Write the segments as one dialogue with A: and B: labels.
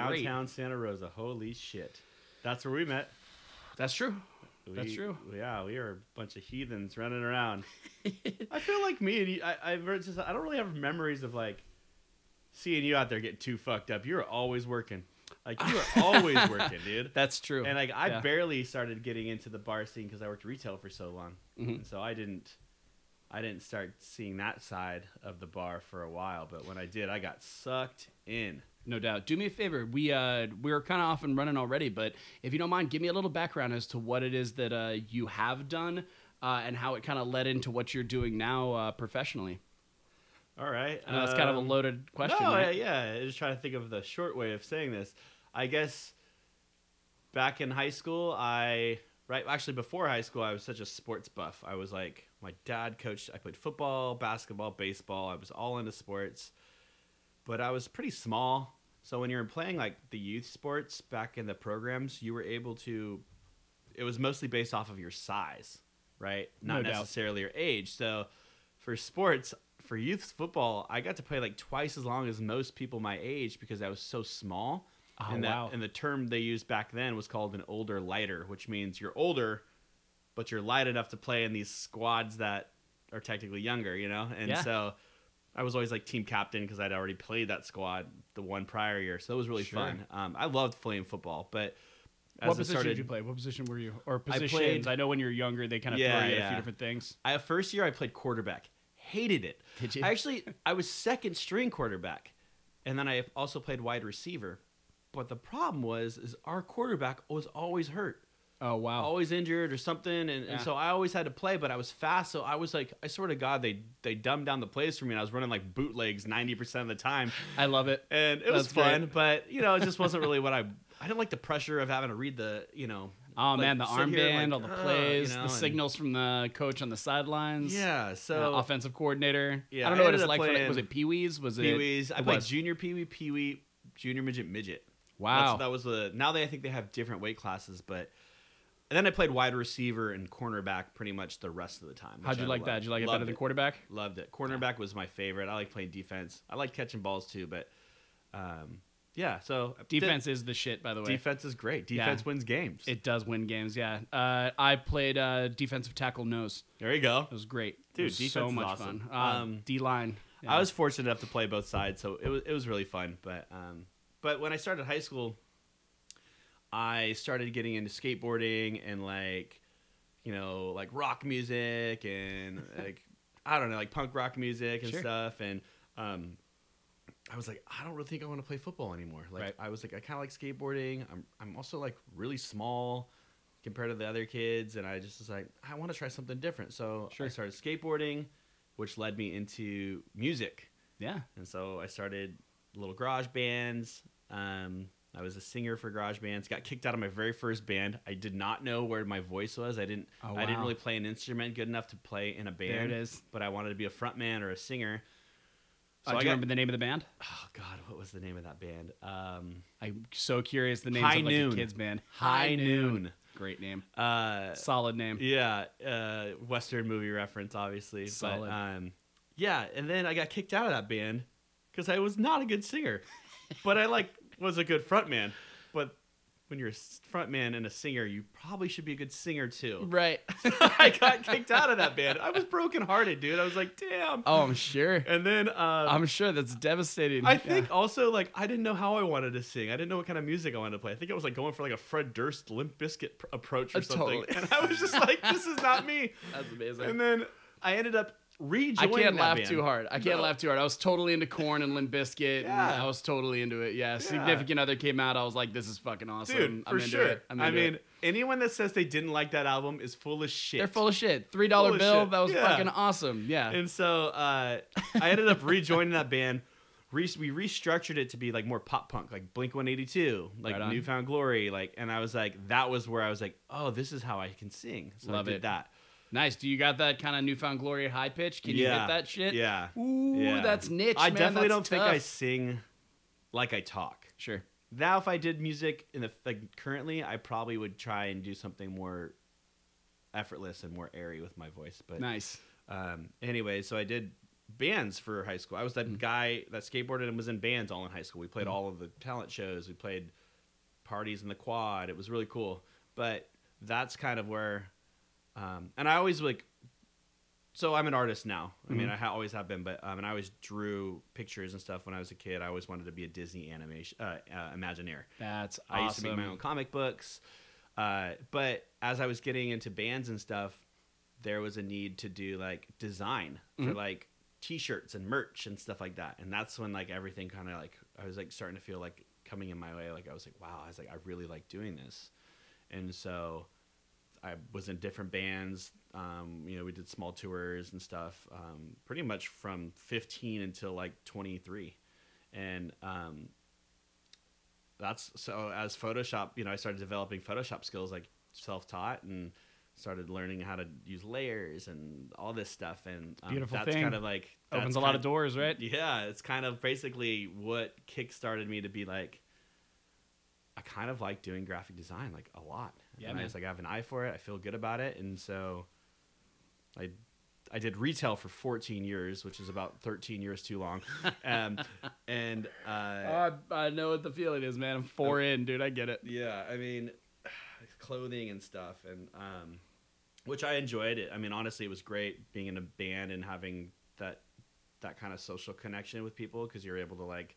A: Great.
B: downtown Santa Rosa. Holy shit. That's where we met.
A: That's true.
B: We,
A: That's true.
B: Yeah, we are a bunch of heathens running around. I feel like me and you, I, I've just, I don't really have memories of like seeing you out there getting too fucked up. You were always working. Like you were always working, dude.
A: That's true.
B: And like I
A: Yeah.
B: barely started getting into the bar scene because I worked retail for so long,
A: Mhm.
B: and so I didn't, I didn't start seeing that side of the bar for a while. But when I did, I got sucked in.
A: No doubt. Do me a favor. We uh, we're kind of off and running already, but if you don't mind, give me a little background as to what it is that uh, you have done uh, and how it kind of led into what you're doing now uh, professionally.
B: All right,
A: I know that's kind of a
B: um,
A: loaded question.
B: No,
A: right?
B: I- yeah, I just trying to think of the short way of saying this. I guess back in high school, I right actually before high school, I was such a sports buff. I was like my dad coached. I played football, basketball, baseball. I was all into sports, but I was pretty small. So when you're playing like the youth sports back in the programs, you were able to. It was mostly based off of your size, right? Not
A: No doubt.
B: necessarily your age. So for sports for youth football i got to play like twice as long as most people my age because i was so small
A: Oh,
B: and, that,
A: wow.
B: and the term they used back then was called an older lighter which means you're older but you're light enough to play in these squads that are technically younger you know and
A: Yeah.
B: so i was always like team captain because i'd already played that squad the one prior year so it was really
A: Sure.
B: fun um, i loved playing football but as
A: what
B: I
A: position
B: started,
A: did you play? What position were you? Or
B: I played-
A: positions? I, know when you're younger, they kind of
B: Yeah,
A: throw you at a
B: yeah.
A: few different things.
B: I uh, first year I played quarterback. Hated it.
A: Did you?
B: I actually I was second string quarterback. And then I also played wide receiver. But the problem was is our quarterback was always hurt.
A: Oh wow.
B: Always injured or something and,
A: Yeah.
B: and so I always had to play, but I was fast, so I was like I swear to god they they dumbed down the plays for me and I was running like bootlegs 90% of the time
A: I love it.
B: and it was
A: That's
B: fun,
A: great.
B: but you know, it just wasn't really what I. I didn't like the pressure of having to read the, you know.
A: Oh
B: like,
A: man, the
B: sit here
A: armband,
B: and,
A: all
B: like,
A: the
B: "Ugh,"
A: plays,
B: you know,
A: the
B: and-
A: signals from the coach on the sidelines.
B: Yeah,
A: uh,
B: so
A: offensive coordinator.
B: Yeah,
A: I don't
B: I
A: know what
B: ended
A: it's
B: up
A: like. For,
B: playing
A: was it Pee Wee's? Was it
B: Pee Wee's. I played
A: was.
B: junior Pee Wee, Pee Wee, junior midget, midget.
A: Wow.
B: That's, that was the. Now they I think they have different weight classes, but. And then I played wide receiver and cornerback pretty much the rest of the time. which
A: How'd you
B: I
A: like that?
B: loved.
A: Did you like it
B: Loved
A: better than quarterback?
B: Loved it. Cornerback was my favorite. I like playing defense. I like catching balls too, but um, yeah. So
A: Defense is the shit, by the way.
B: defense is great.
A: Yeah.
B: Defense wins games.
A: It does win games, yeah. Uh, I played uh, defensive tackle nose.
B: there you go.
A: It was great. It
B: Dude,
A: was so
B: defense is
A: much
B: awesome.
A: fun. Uh,
B: Um,
A: D line.
B: I was fortunate enough to play both sides, so it was it was really fun. But um, but when I started high school, I started getting into skateboarding and like, you know, like rock music and like I don't know, like punk rock music and
A: Sure.
B: stuff. And um, I was like, I don't really think I want to play football anymore. Like
A: Right.
B: I was like, I kind of like skateboarding. I'm I'm also like really small compared to the other kids, and I just was like, I want to try something different. So
A: Sure.
B: I started skateboarding, which led me into music.
A: yeah.
B: And so I started little garage bands. Um, I was a singer for garage bands. Got kicked out of my very first band. I did not know where my voice was. I didn't.
A: Oh,
B: I didn't
A: wow.
B: really play an instrument good enough to play in a band.
A: There it is.
B: But I wanted to be a frontman or a singer.
A: Uh,
B: So
A: do
B: I
A: you
B: got-
A: remember the name of the band?
B: Oh God, what was the name of that band? Um,
A: I'm so curious. The name
B: High
A: of like a
B: Noon.
A: kids band.
B: High Noon.
A: Great name.
B: Uh,
A: Solid name.
B: Yeah, uh, Western movie reference, obviously.
A: Solid.
B: But um, yeah, and then I got kicked out of that band because I was not a good singer, but I like was a good frontman. But when you're a s- frontman and a singer, you probably should be a good singer too.
A: Right.
B: I got kicked out of that band. I was brokenhearted, dude. I was like, damn.
A: oh, I'm sure.
B: And then uh,
A: I'm sure that's devastating.
B: I
A: Yeah.
B: think also like I didn't know how I wanted to sing. I didn't know what kind of music I wanted to play. I think I was like going for like a Fred Durst Limp Biscuit pr- approach or
A: Uh,
B: something.
A: totally. Uh,
B: And I was just like, this is not me.
A: that's amazing.
B: And then I ended up
A: I
B: rejoining.
A: can't
B: that
A: laugh
B: band.
A: too hard. I can't
B: No.
A: laugh too hard. I was totally into Corn and Limp Bizkit. And
B: Yeah.
A: I was totally into it. Yeah, Significant Other came out. I was like, this is fucking awesome.
B: dude. for
A: I'm into
B: sure.
A: it. I'm
B: I
A: into
B: mean,
A: it.
B: anyone that says they didn't like that album is full of shit.
A: they're full of shit. Three dollar
B: of
A: bill.
B: shit.
A: That was
B: Yeah.
A: fucking awesome. Yeah.
B: And so uh, I ended up rejoining that band. Re- we restructured it to be like more pop punk, like Blink 182, like
A: Right on.
B: Newfound Glory, like. And I was like, that was where I was like, oh, this is how I can sing. So
A: Love
B: I did
A: it.
B: that.
A: nice. Do you got that kind of newfound glory high pitch? Can you
B: Yeah.
A: hit that shit?
B: Yeah.
A: Ooh,
B: Yeah.
A: that's niche.
B: I
A: man.
B: definitely
A: That's
B: don't think I
A: tough.
B: sing like I talk.
A: Sure.
B: Now, if I did music in the like currently, I probably would try and do something more effortless and more airy with my voice. But
A: Nice.
B: um, anyway, so I did bands for high school. I was that guy that skateboarded and was in bands all in high school. We played all of the talent shows. We played parties in the quad. It was really cool. But that's kind of where, um, and I always like. So I'm an artist now. I mean, I ha- always have been, but um, and I always drew pictures and stuff when I was a kid. I always wanted to be a Disney animation uh, uh, Imagineer.
A: That's
B: I used to make my own comic books. Uh, but as I was getting into bands and stuff, there was a need to do like design for
A: Mhm.
B: like t-shirts and merch and stuff like that. And that's when like everything kind of like I was like starting to feel like coming in my way. Like I was like, wow, I was like, I really like doing this. And so I was in different bands. Um, you know, we did small tours and stuff, um, pretty much from 15 until like 23. And um, that's so as Photoshop, you know, I started developing Photoshop skills like self taught and started learning how to use layers and all this stuff. And um,
C: Beautiful
B: that's
C: thing.
B: kind of like that's
A: opens a lot
B: kind
A: of doors, right?
B: yeah, it's kind of basically what kickstarted me to be like, I kind of like doing graphic design like a lot.
A: Yeah,
B: and I
A: man.
B: just like I have an eye for it. I feel good about it, and so I I did retail for 14 years, which is about 13 years too long. um, and uh,
A: I know what the feeling is, man. I'm four in, dude. I get it.
B: yeah, I mean, clothing and stuff, and um, which I enjoyed it. I mean, honestly, it was great being in a band and having that that kind of social connection with people because you're able to like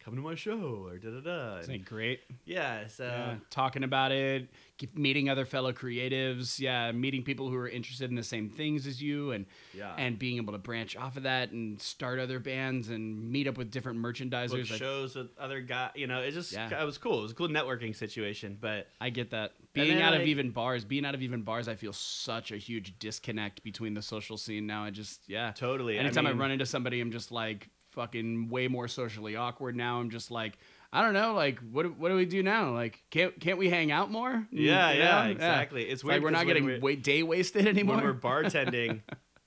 B: come to my show or da da da.
A: Isn't it great?
B: Yeah, so
A: Yeah, uh, talking about it, keep meeting other fellow creatives, yeah, meeting people who are interested in the same things as you, and
B: yeah,
A: and being able to branch off of that and start other bands and meet up with different
B: book
A: merchandisers. Like,
B: shows with other guys. You know, it just
A: Yeah.
B: it was cool. It was a cool networking situation, but
A: I get that. Being
B: then,
A: out of
B: like-
A: even bars, being out of even bars, I feel such a huge disconnect between the social scene now. I just yeah.
B: totally.
A: Anytime I,
B: mean,
A: run into somebody, I'm just like fucking way more socially awkward now. I'm just like, I don't know, like what what do we do now? Like can't can't we hang out more?
B: yeah,
A: You
B: yeah,
A: know?
B: exactly. It's
A: It's like
B: weird.
A: we're
B: 'cause
A: not
B: when
A: getting
B: we're-
A: wa- day wasted anymore.
B: when we're bartending,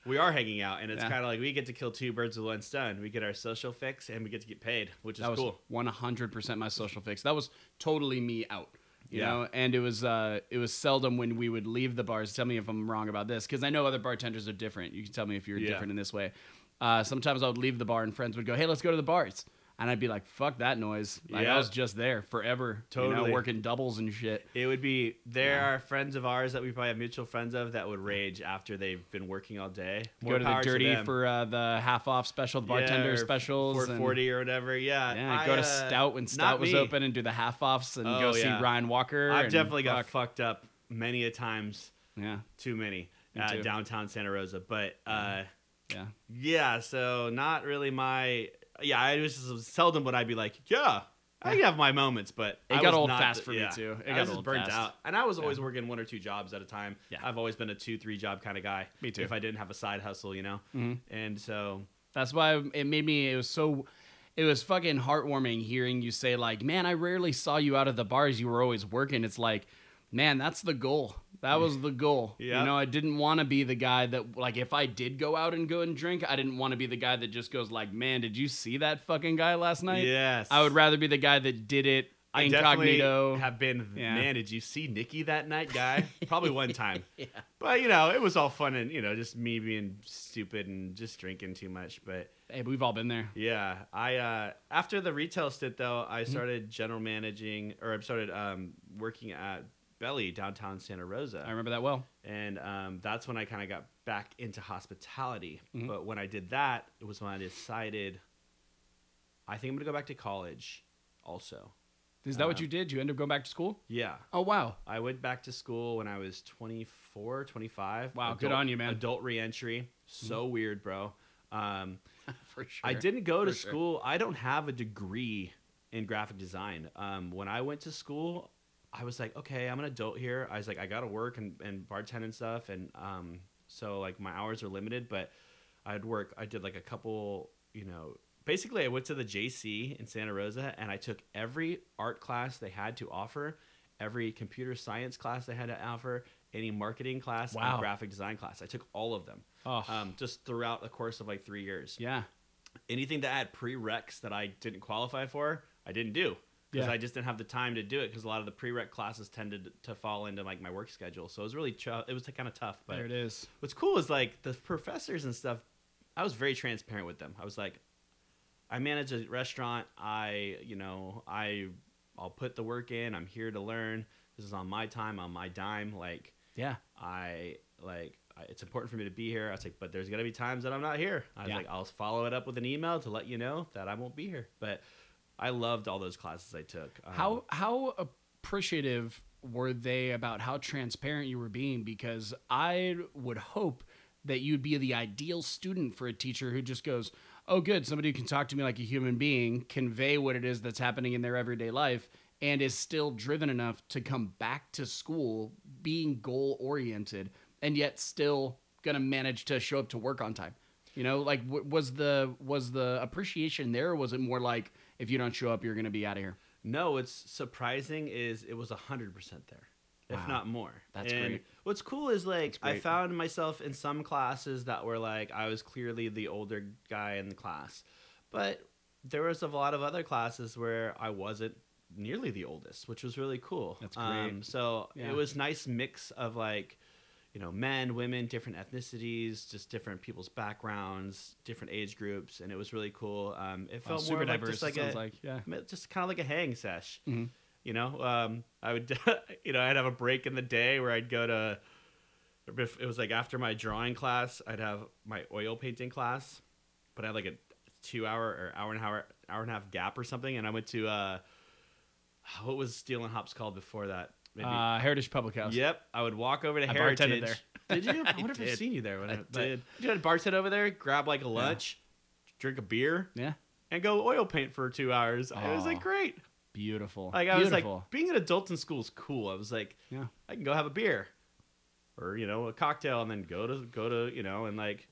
B: we are hanging out, and it's
A: Yeah.
B: kind of like we get to kill two birds with one stone. We get our social fix, and we get to get paid, which is
A: that was
B: cool.
A: one hundred percent my social fix. That was totally me out. You
B: Yeah.
A: know, and it was uh, it was seldom when we would leave the bars. Tell me if I'm wrong about this, because I know other bartenders are different. You can tell me if you're
B: Yeah.
A: different in this way. Uh, sometimes I would leave the bar, and friends would go, "Hey, let's go to the bars," and I'd be like, "Fuck that noise!" Like
B: Yeah.
A: I was just there forever, you
B: Totally.
A: know, working doubles and shit.
B: It would be there are friends of ours that we probably have mutual friends of that would rage after they've been working all day.
A: go to the
B: power
A: dirty
B: them.
A: for uh, the half off special, the bartender
B: Yeah, or
A: specials, and-
B: 440 or whatever. Yeah,
A: Yeah,
B: I,
A: go to
B: uh,
A: Stout when
B: not
A: Stout was
B: me.
A: open and do the half offs and
B: Oh,
A: go
B: yeah.
A: see Ryan Walker.
B: I've
A: and
B: definitely got
A: fuck.
B: fucked up many a times,
A: yeah,
B: too many,
A: Me
B: uh,
A: too.
B: downtown Santa Rosa. But uh,
A: yeah.
B: Yeah, so not really my. Yeah, I was just seldom would I be like, yeah, I can have my moments, but
A: It
B: I
A: got
B: was
A: old
B: not
A: fast
B: the-
A: for me,
B: yeah.
A: too.
B: I
A: It got
B: was just
A: old
B: burnt
A: fast.
B: out, and I was always working one or two jobs at a time.
A: Yeah.
B: I've always been a two, three job kind of guy.
A: Me too.
B: If I didn't have a side hustle, you know,
A: Mhm.
B: and so
A: That's why it made me. It was so. It was fucking heartwarming hearing you say like, "Man, I rarely saw you out of the bars. You were always working." It's like, man, that's the goal. That was the goal.
B: Yeah.
A: You know, I didn't want to be the guy that like if I did go out and go and drink, I didn't want to be the guy that just goes like, "Man, did you see that fucking guy last night?"
B: yes,
A: I would rather be the guy that did it
B: I
A: incognito.
B: definitely have been.
A: Yeah.
B: Man, did you see Nikki that night, guy? Probably one time. yeah. But you know, it was all fun and you know, just me being stupid and just drinking too much, but.
A: hey, we've all been there.
B: Yeah, I uh, after the retail stint though, I
A: Mm-hmm.
B: started general managing, or I started um, working at Belly downtown Santa Rosa,
A: I remember that well.
B: and um, that's when I kind of got back into hospitality.
A: Mhm.
B: But when I did that, it was when I decided I think I'm gonna go back to college. Also,
A: Is that what
B: Uh,
A: you did? You end up going back to school?
B: yeah,
A: Oh wow.
B: I went back to school when I was 24, 25.
A: Wow, good on you, man. Mm-hmm.
B: Adult reentry, so weird, bro. Um,
A: For sure.
B: I didn't go to
A: For sure.
B: school. I don't have a degree in graphic design. Um, when I went to school, I was like, okay, I'm an adult here. I was like, I gotta work and, and bartend and stuff, and um, so like my hours are limited, but I'd work. I did like a couple, you know. Basically, I went to the JC in Santa Rosa, and I took every art class they had to offer, every computer science class they had to offer, any marketing class,
A: Wow.
B: and graphic design class. I took all of them,
A: Oh.
B: um, just throughout the course of like three years
A: yeah.
B: anything that had prereqs that I didn't qualify for, I didn't do because
A: Yeah.
B: I just didn't have the time to do it because a lot of the prereq classes tended to fall into like my work schedule. So it was really ch- it was kind of tough. But
A: There it is.
B: what's cool is like the professors and stuff I was very transparent with them. I was like, I manage a restaurant. I, you know, I, I'll put the work in. I'm here to learn. This is on my time, on my dime. Like,
A: Yeah.
B: I like I- it's important for me to be here. I was like, but there's gonna be times that I'm not here. I was
A: Yeah.
B: like, I'll follow it up with an email to let you know that I won't be here. But I loved all those classes I took. Um,
A: How how appreciative were they about how transparent you were being? Because I would hope that you'd be the ideal student for a teacher who just goes, "Oh, good, somebody who can talk to me like a human being, convey what it is that's happening in their everyday life." And is still driven enough to come back to school being goal oriented and yet still gonna manage to show up to work on time. You know, like w- was the was the appreciation there? Or was it more like if you don't show up, you're gonna be out of here?
B: No, what's surprising is it was hundred percent there,
A: Wow.
B: if not more.
A: That's
B: And
A: great.
B: What's cool is like
A: That's
B: I
A: great.
B: found myself in some classes that were like I was clearly the older guy in the class, but there was a lot of other classes where I wasn't nearly the oldest, which was really cool. Um,
A: That's great.
B: so
A: Yeah.
B: it was nice mix of like. You know, men, women, different ethnicities, just different people's backgrounds, different age groups, and it was really cool. Um, it felt more like just like
A: it sounds
B: a,
A: like yeah.
B: I mean, just kind of like a hang sesh.
A: Mhm.
B: You know, um, I would, you know, I'd have a break in the day where I'd go to. If it was like after my drawing class, I'd have my oil painting class, but I had like a two-hour or hour and a hour, hour and a half gap or something, and I went to uh, what was Steel and Hops called before that?
A: Uh, Heritage Public House.
B: Yep, I would walk over to
A: I bartended
B: Heritage.
A: there.
B: Did you? I
A: I
B: wonder if I've
A: did.
B: seen you there. When
A: I
B: I, but-
A: did.
B: You had a bartend over there, grab like a lunch, drink a beer,
A: Yeah.
B: and go oil paint for two hours. I was
A: Aw.
B: like, great.
A: Beautiful.
B: Like I
A: Beautiful.
B: was like, being an adult in school is cool. I was like,
A: Yeah.
B: I can go have a beer, or you know, a cocktail, and then go to go to you know, and like,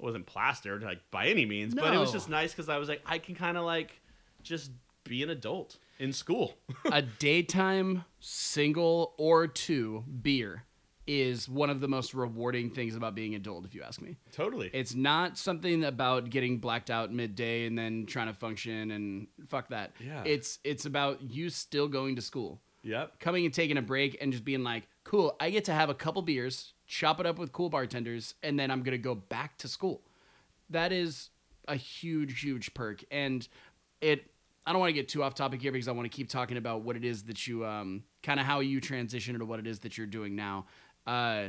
B: I wasn't plastered like by any means, but it was
A: No.
B: just nice because I was like, I can kind of like just be an adult in school.
A: a daytime single or two beer is one of the most rewarding things about being an adult, if you ask me.
B: totally.
A: It's not something about getting blacked out midday and then trying to function and fuck that.
B: Yeah.
A: It's it's about you still going to school.
B: yep.
A: coming and taking a break and just being like, cool, I get to have a couple beers, chop it up with cool bartenders, and then I'm going to go back to school. That is a huge, huge perk. And it, I don't want to get too off topic here because I want to keep talking about what it is that you, um, kind of how you transition into what it is that you're doing now. Uh,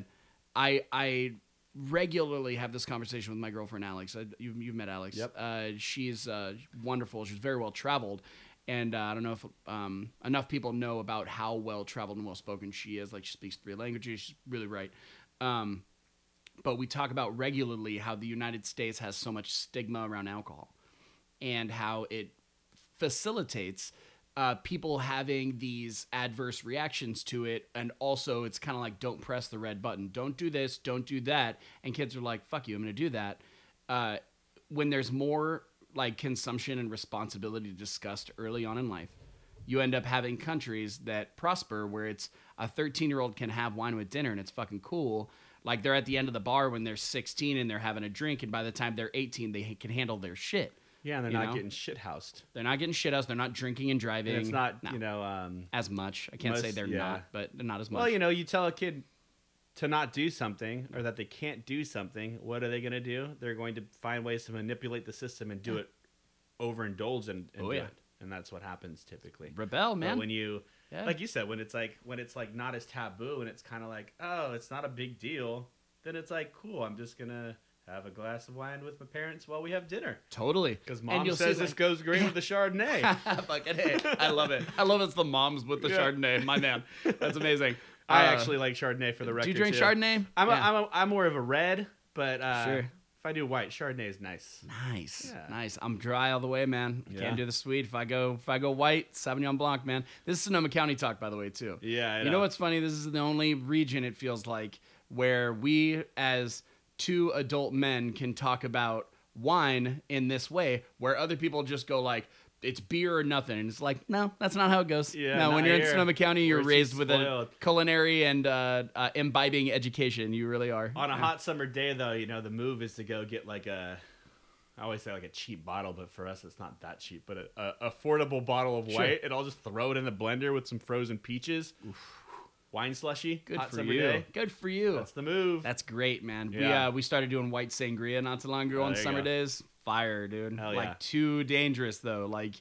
A: I, I, regularly have this conversation with my girlfriend Alex. I, you've, you've met Alex.
B: Yep.
A: Uh, she's uh, wonderful. She's very well traveled, and uh, I don't know if um, enough people know about how well traveled and well spoken she is. Like she speaks three languages. She's really right. Um, but we talk about regularly how the United States has so much stigma around alcohol, and how it facilitates uh, people having these adverse reactions to it. And also, it's kind of like, don't press the red button. Don't do this. Don't do that. And kids are like, fuck you, I'm going to do that. Uh, when there's more like consumption and responsibility discussed early on in life, you end up having countries that prosper where it's a 13 year old can have wine with dinner and it's fucking cool. Like they're at the end of the bar when they're 16 and they're having a drink. And by the time they're 18, they can handle their shit.
B: Yeah, and they're
A: You
B: not
A: know?
B: getting shit housed.
A: They're not getting shit us. They're not drinking and driving.
B: And it's not
A: No.
B: you know. um
A: as much. I can't say
B: Most-
A: they're
B: yeah.
A: not, but they're not as much.
B: Well, you know, you tell a kid to not do something or that they can't do something, what are they going to do? They're going to find ways to manipulate the system and do it overindulge and, and
A: Oh,
B: do
A: yeah.
B: it. And that's what happens typically.
A: Rebel,
B: But
A: man.
B: when you
A: Yeah.
B: like you said when it's like when it's like not as taboo and it's kind of like, "Oh, it's not a big deal." Then it's like, "Cool, I'm just going to have a glass of wine with my parents while we have dinner."
A: totally.
B: Because
A: And
B: mom
A: you'll
B: says
A: see,
B: this
A: like-
B: goes great with the Chardonnay.
A: Fucking hey, I love it. I love it's the moms with the
B: Yeah.
A: Chardonnay. My man, that's amazing.
B: I
A: Uh,
B: actually like Chardonnay for the record.
A: do you drink
B: too.
A: Chardonnay?
B: I'm,
A: Yeah.
B: a, I'm, a, I'm more of a red, but uh,
A: Sure.
B: if I do white, Chardonnay is nice.
A: Nice,
B: Yeah.
A: nice. I'm dry all the way, man. I
B: Yeah.
A: Can't do the sweet. If I go, if I go white, Sauvignon Blanc, man. This is Sonoma County talk, by the way, too.
B: Yeah, I
A: You know what's funny? This is the only region it feels like where we, as two adult men, can talk about wine in this way, where other people just go like, "It's beer or nothing," and it's like, "No, that's not how it goes."
B: Yeah,
A: no, when
B: not
A: you're in
B: here.
A: Sonoma County, you're
B: We're just
A: raised with a
B: spoiled.
A: culinary and uh, uh, imbibing education. You really are.
B: On a
A: Yeah.
B: hot summer day, though, you know the move is to go get like a. I always say like a cheap bottle, but for us it's not that cheap. But a, a affordable bottle of
A: Sure.
B: white, and I'll just throw it in the blender with some frozen peaches. wine slushy.
A: Good
B: hot
A: for
B: summer
A: you.
B: day.
A: Good for you.
B: That's
A: That's,
B: the move.
A: great, man. We
B: Yeah.
A: uh, we started doing white sangria not too long ago
B: Oh,
A: on
B: there you
A: summer
B: go.
A: days. Fire, dude.
B: Hell
A: like
B: yeah.
A: too dangerous though. Like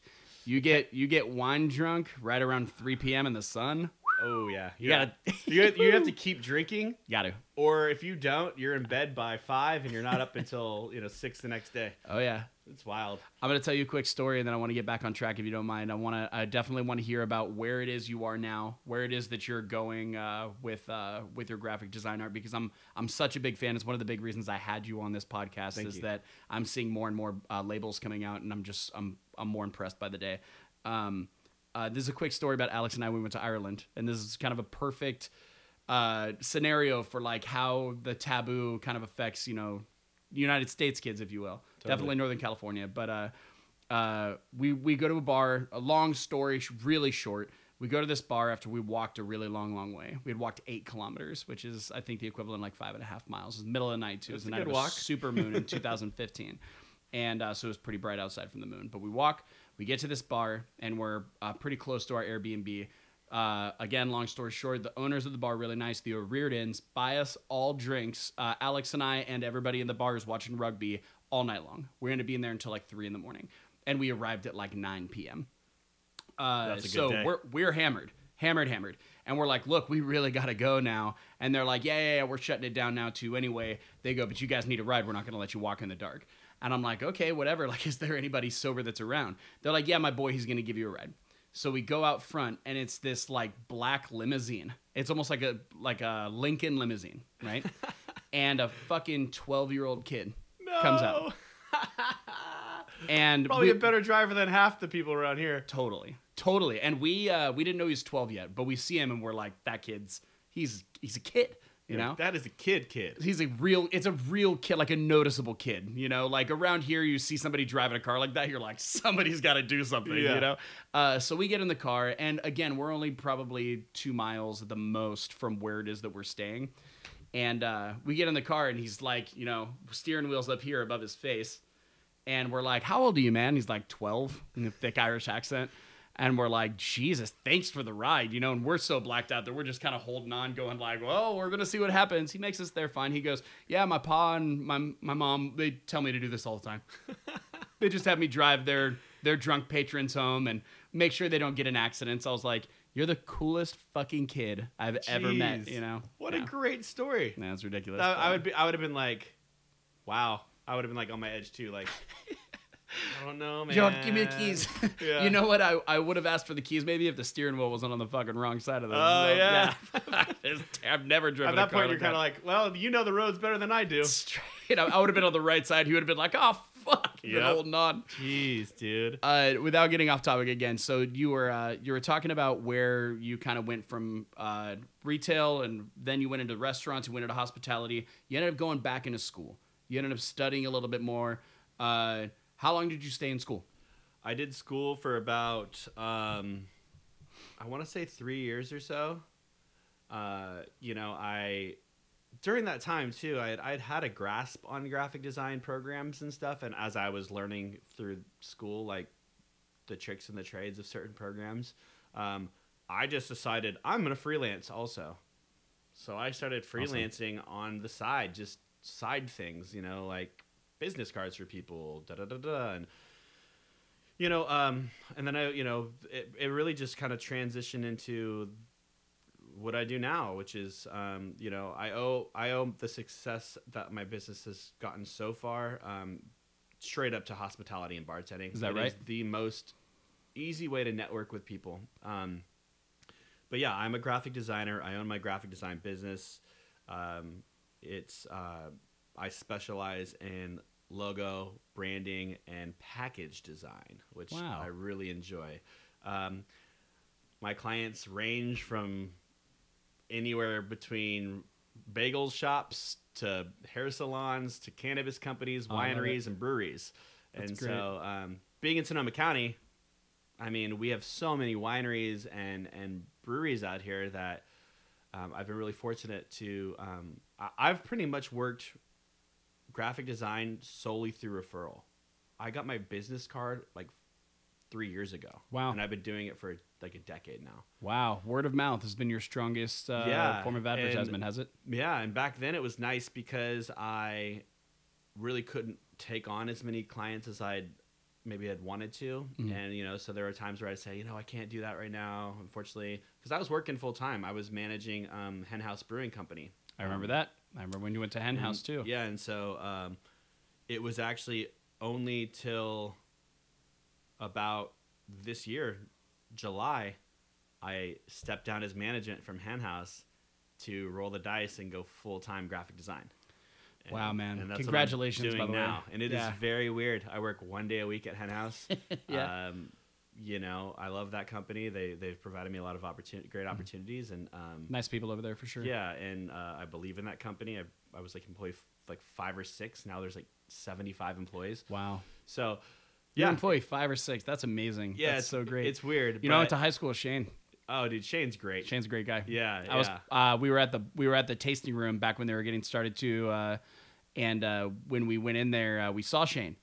A: you get you get wine drunk right around 3 p.m. in the sun.
B: oh yeah.
A: You
B: yeah.
A: gotta
B: you, have, you have to keep drinking,
A: got to.
B: or if you don't, you're in bed by five and you're not up until you know six the next day.
A: Oh yeah.
B: It's wild.
A: I'm gonna tell you a quick story, and then I want to get back on track if you don't mind. I want to, I definitely want to hear about where it is you are now, where it is that you're going uh, with uh, with your graphic design art, because I'm I'm such a big fan. It's one of the big reasons I had you on this podcast
B: Thank
A: is
B: you.
A: that I'm seeing more and more uh, labels coming out, and I'm just I'm I'm more impressed by the day. Um, uh, this is a quick story about Alex and I. We went to Ireland, and this is kind of a perfect uh, scenario for like how the taboo kind of affects you know United States kids, if you will.
B: Totally.
A: Definitely Northern California. But uh, uh, we we go to a bar. A long story, sh- really short. We go to this bar after we walked a really long, long way. We had walked eight kilometers, which is I think the equivalent of like five and a half miles. It was middle of the night too. It was
B: That's
A: the
B: a
A: night
B: good
A: of a
B: walk.
A: super moon in 2015, and uh, so it was pretty bright outside from the moon. But we walk. We get to this bar, and we're uh, pretty close to our Airbnb. Uh, again, long story short, the owners of the bar really nice. The O'Riordan's buy us all drinks. Uh, Alex and I and everybody in the bar is watching rugby all night long. We're going to be in there until like three in the morning, and we arrived at like 9 p.m. Uh,
B: That's a good
A: so
B: day.
A: we're we're hammered, hammered, hammered, and we're like, look, we really gotta go now. And they're like, yeah, yeah, yeah, we're shutting it down now too. Anyway, they go, but you guys need a ride. We're not gonna let you walk in the dark. And I'm like, okay, whatever. Like, is there anybody sober that's around? They're like, yeah, my boy, he's gonna give you a ride. So we go out front, and it's this like black limousine. It's almost like a like a Lincoln limousine, right? and a fucking twelve year old kid comes out, and
B: Probably
A: we-
B: a better driver than half the people around here.
A: Totally, totally. And we uh, we didn't know he was twelve yet, but we see him and we're like, that kid's he's he's a kid, you know.
B: that is a kid, kid.
A: He's a real, it's a real kid, like a noticeable kid, you know. Like around here, you see somebody driving a car like that, you're like, somebody's got to do something,
B: Yeah.
A: you know. Uh, so we get in the car, and again, we're only probably two miles at the most from where it is that we're staying, and uh, we get in the car, and he's like, you know, steering wheels up here above his face, and we're like, "How old are you, man?" He's like, 12, in a thick Irish accent. And we're like, Jesus, thanks for the ride, you know. And we're so blacked out that we're just kind of holding on, going like, "Well, we're gonna see what happens." He makes us there fine. He goes, "Yeah, my pa and my my mom, they tell me to do this all the time. they just have me drive their their drunk patrons home and make sure they don't get in accidents." I was like, "You're the coolest fucking kid I've ever met,"
B: Jeez.
A: you know.
B: What
A: Yeah.
B: a great story.
A: Nah, that's ridiculous.
B: I, I
A: but-
B: would be. I would have been like, wow. I would have been like on my edge too. Like, I don't know, man.
A: Yo, give me the keys.
B: Yeah.
A: you know what? I, I would have asked for the keys maybe if the steering wheel wasn't on the fucking wrong side of the.
B: Oh,
A: road.
B: yeah.
A: yeah. I've never
B: At
A: driven.
B: that
A: a car
B: point, you're
A: like
B: kind of like, well, you know the roads better than I do.
A: that. straight. I, I would have been on the right side. He would have been like, "Oh fuck," and been
B: Yep.
A: holding on.
B: Jeez, dude.
A: Uh, without getting off topic again, so you were uh, you were talking about where you kind of went from uh, retail, and then you went into restaurants, you went into hospitality. You ended up going back into school. You ended up studying a little bit more. Uh, how long did you stay in school?
B: I did school for about, um, I want to say three years or so. Uh, you know, I during that time too, I had, I'd had a grasp on graphic design programs and stuff, and as I was learning through school, like the tricks and the trades of certain programs, um, I just decided I'm gonna freelance also. So I started freelancing on the side, just side things, you know, like business cards for people, da da da da, and you know, um, and then I, you know, it, it really just kind of transitioned into what I do now, which is, um, you know, I owe I owe the success that my business has gotten so far, um, straight up to hospitality and bartending.
A: Is that
B: It
A: right?
B: the most easy way to network with people. Um, but yeah, I'm a graphic designer. I own my graphic design business. Um, it's uh, I specialize in logo, branding, and package design, which
A: Wow.
B: I really enjoy. Um, my clients range from anywhere between bagel shops to hair salons to cannabis companies,
A: I love it.
B: wineries, and breweries.
A: That's
B: and
A: great.
B: so, um, being in Sonoma County, I mean, we have so many wineries and and breweries out here that um, I've been really fortunate to. Um, I, I've pretty much worked graphic design solely through referral. I got my business card like three years ago.
A: Wow.
B: And I've been doing it for like a decade now.
A: Wow, word of mouth has been your strongest uh,
B: Yeah,
A: form of
B: and-
A: advertisement, has it?
B: Yeah, and back then it was nice because I really couldn't take on as many clients as I'd maybe had wanted to.
A: Mhm.
B: And, you know, so there were times where I'd say, you know, I can't do that right now, unfortunately, because I was working full time. I was managing um, Hen House Brewing Company.
A: I remember that. I remember when you went to Hen
B: And-
A: House too.
B: Mm-hmm. Yeah, and so um, it was actually only till about this year, July, I stepped down as management from Hen House to roll the dice and go full time graphic design.
A: Wow, man.
B: what I'm
A: Congratulations, by the way.
B: And it is
A: Yeah.
B: very weird. I work one day a week at Hen House.
A: Yeah.
B: Um, you know, I love that company. They they've provided me a lot of opportunity,
A: Mm-hmm.
B: great opportunities, and um,
A: Nice people over there for sure.
B: yeah, and uh, I believe in that company. I, I was like employee f- like five or six. Now there's like seventy five employees.
A: Wow.
B: So
A: Yeah.
B: yeah,
A: employee five or six. That's amazing.
B: yeah,
A: That's
B: it's
A: so great.
B: It's weird.
A: you know, I went
B: but-
A: to high school with Shane.
B: oh, dude, Shane's great.
A: Shane's a great guy.
B: yeah,
A: I was.
B: yeah.
A: Uh, we were at the we were at the tasting room back when they were getting started too, uh, and uh, when we went in there, uh, we saw Shane,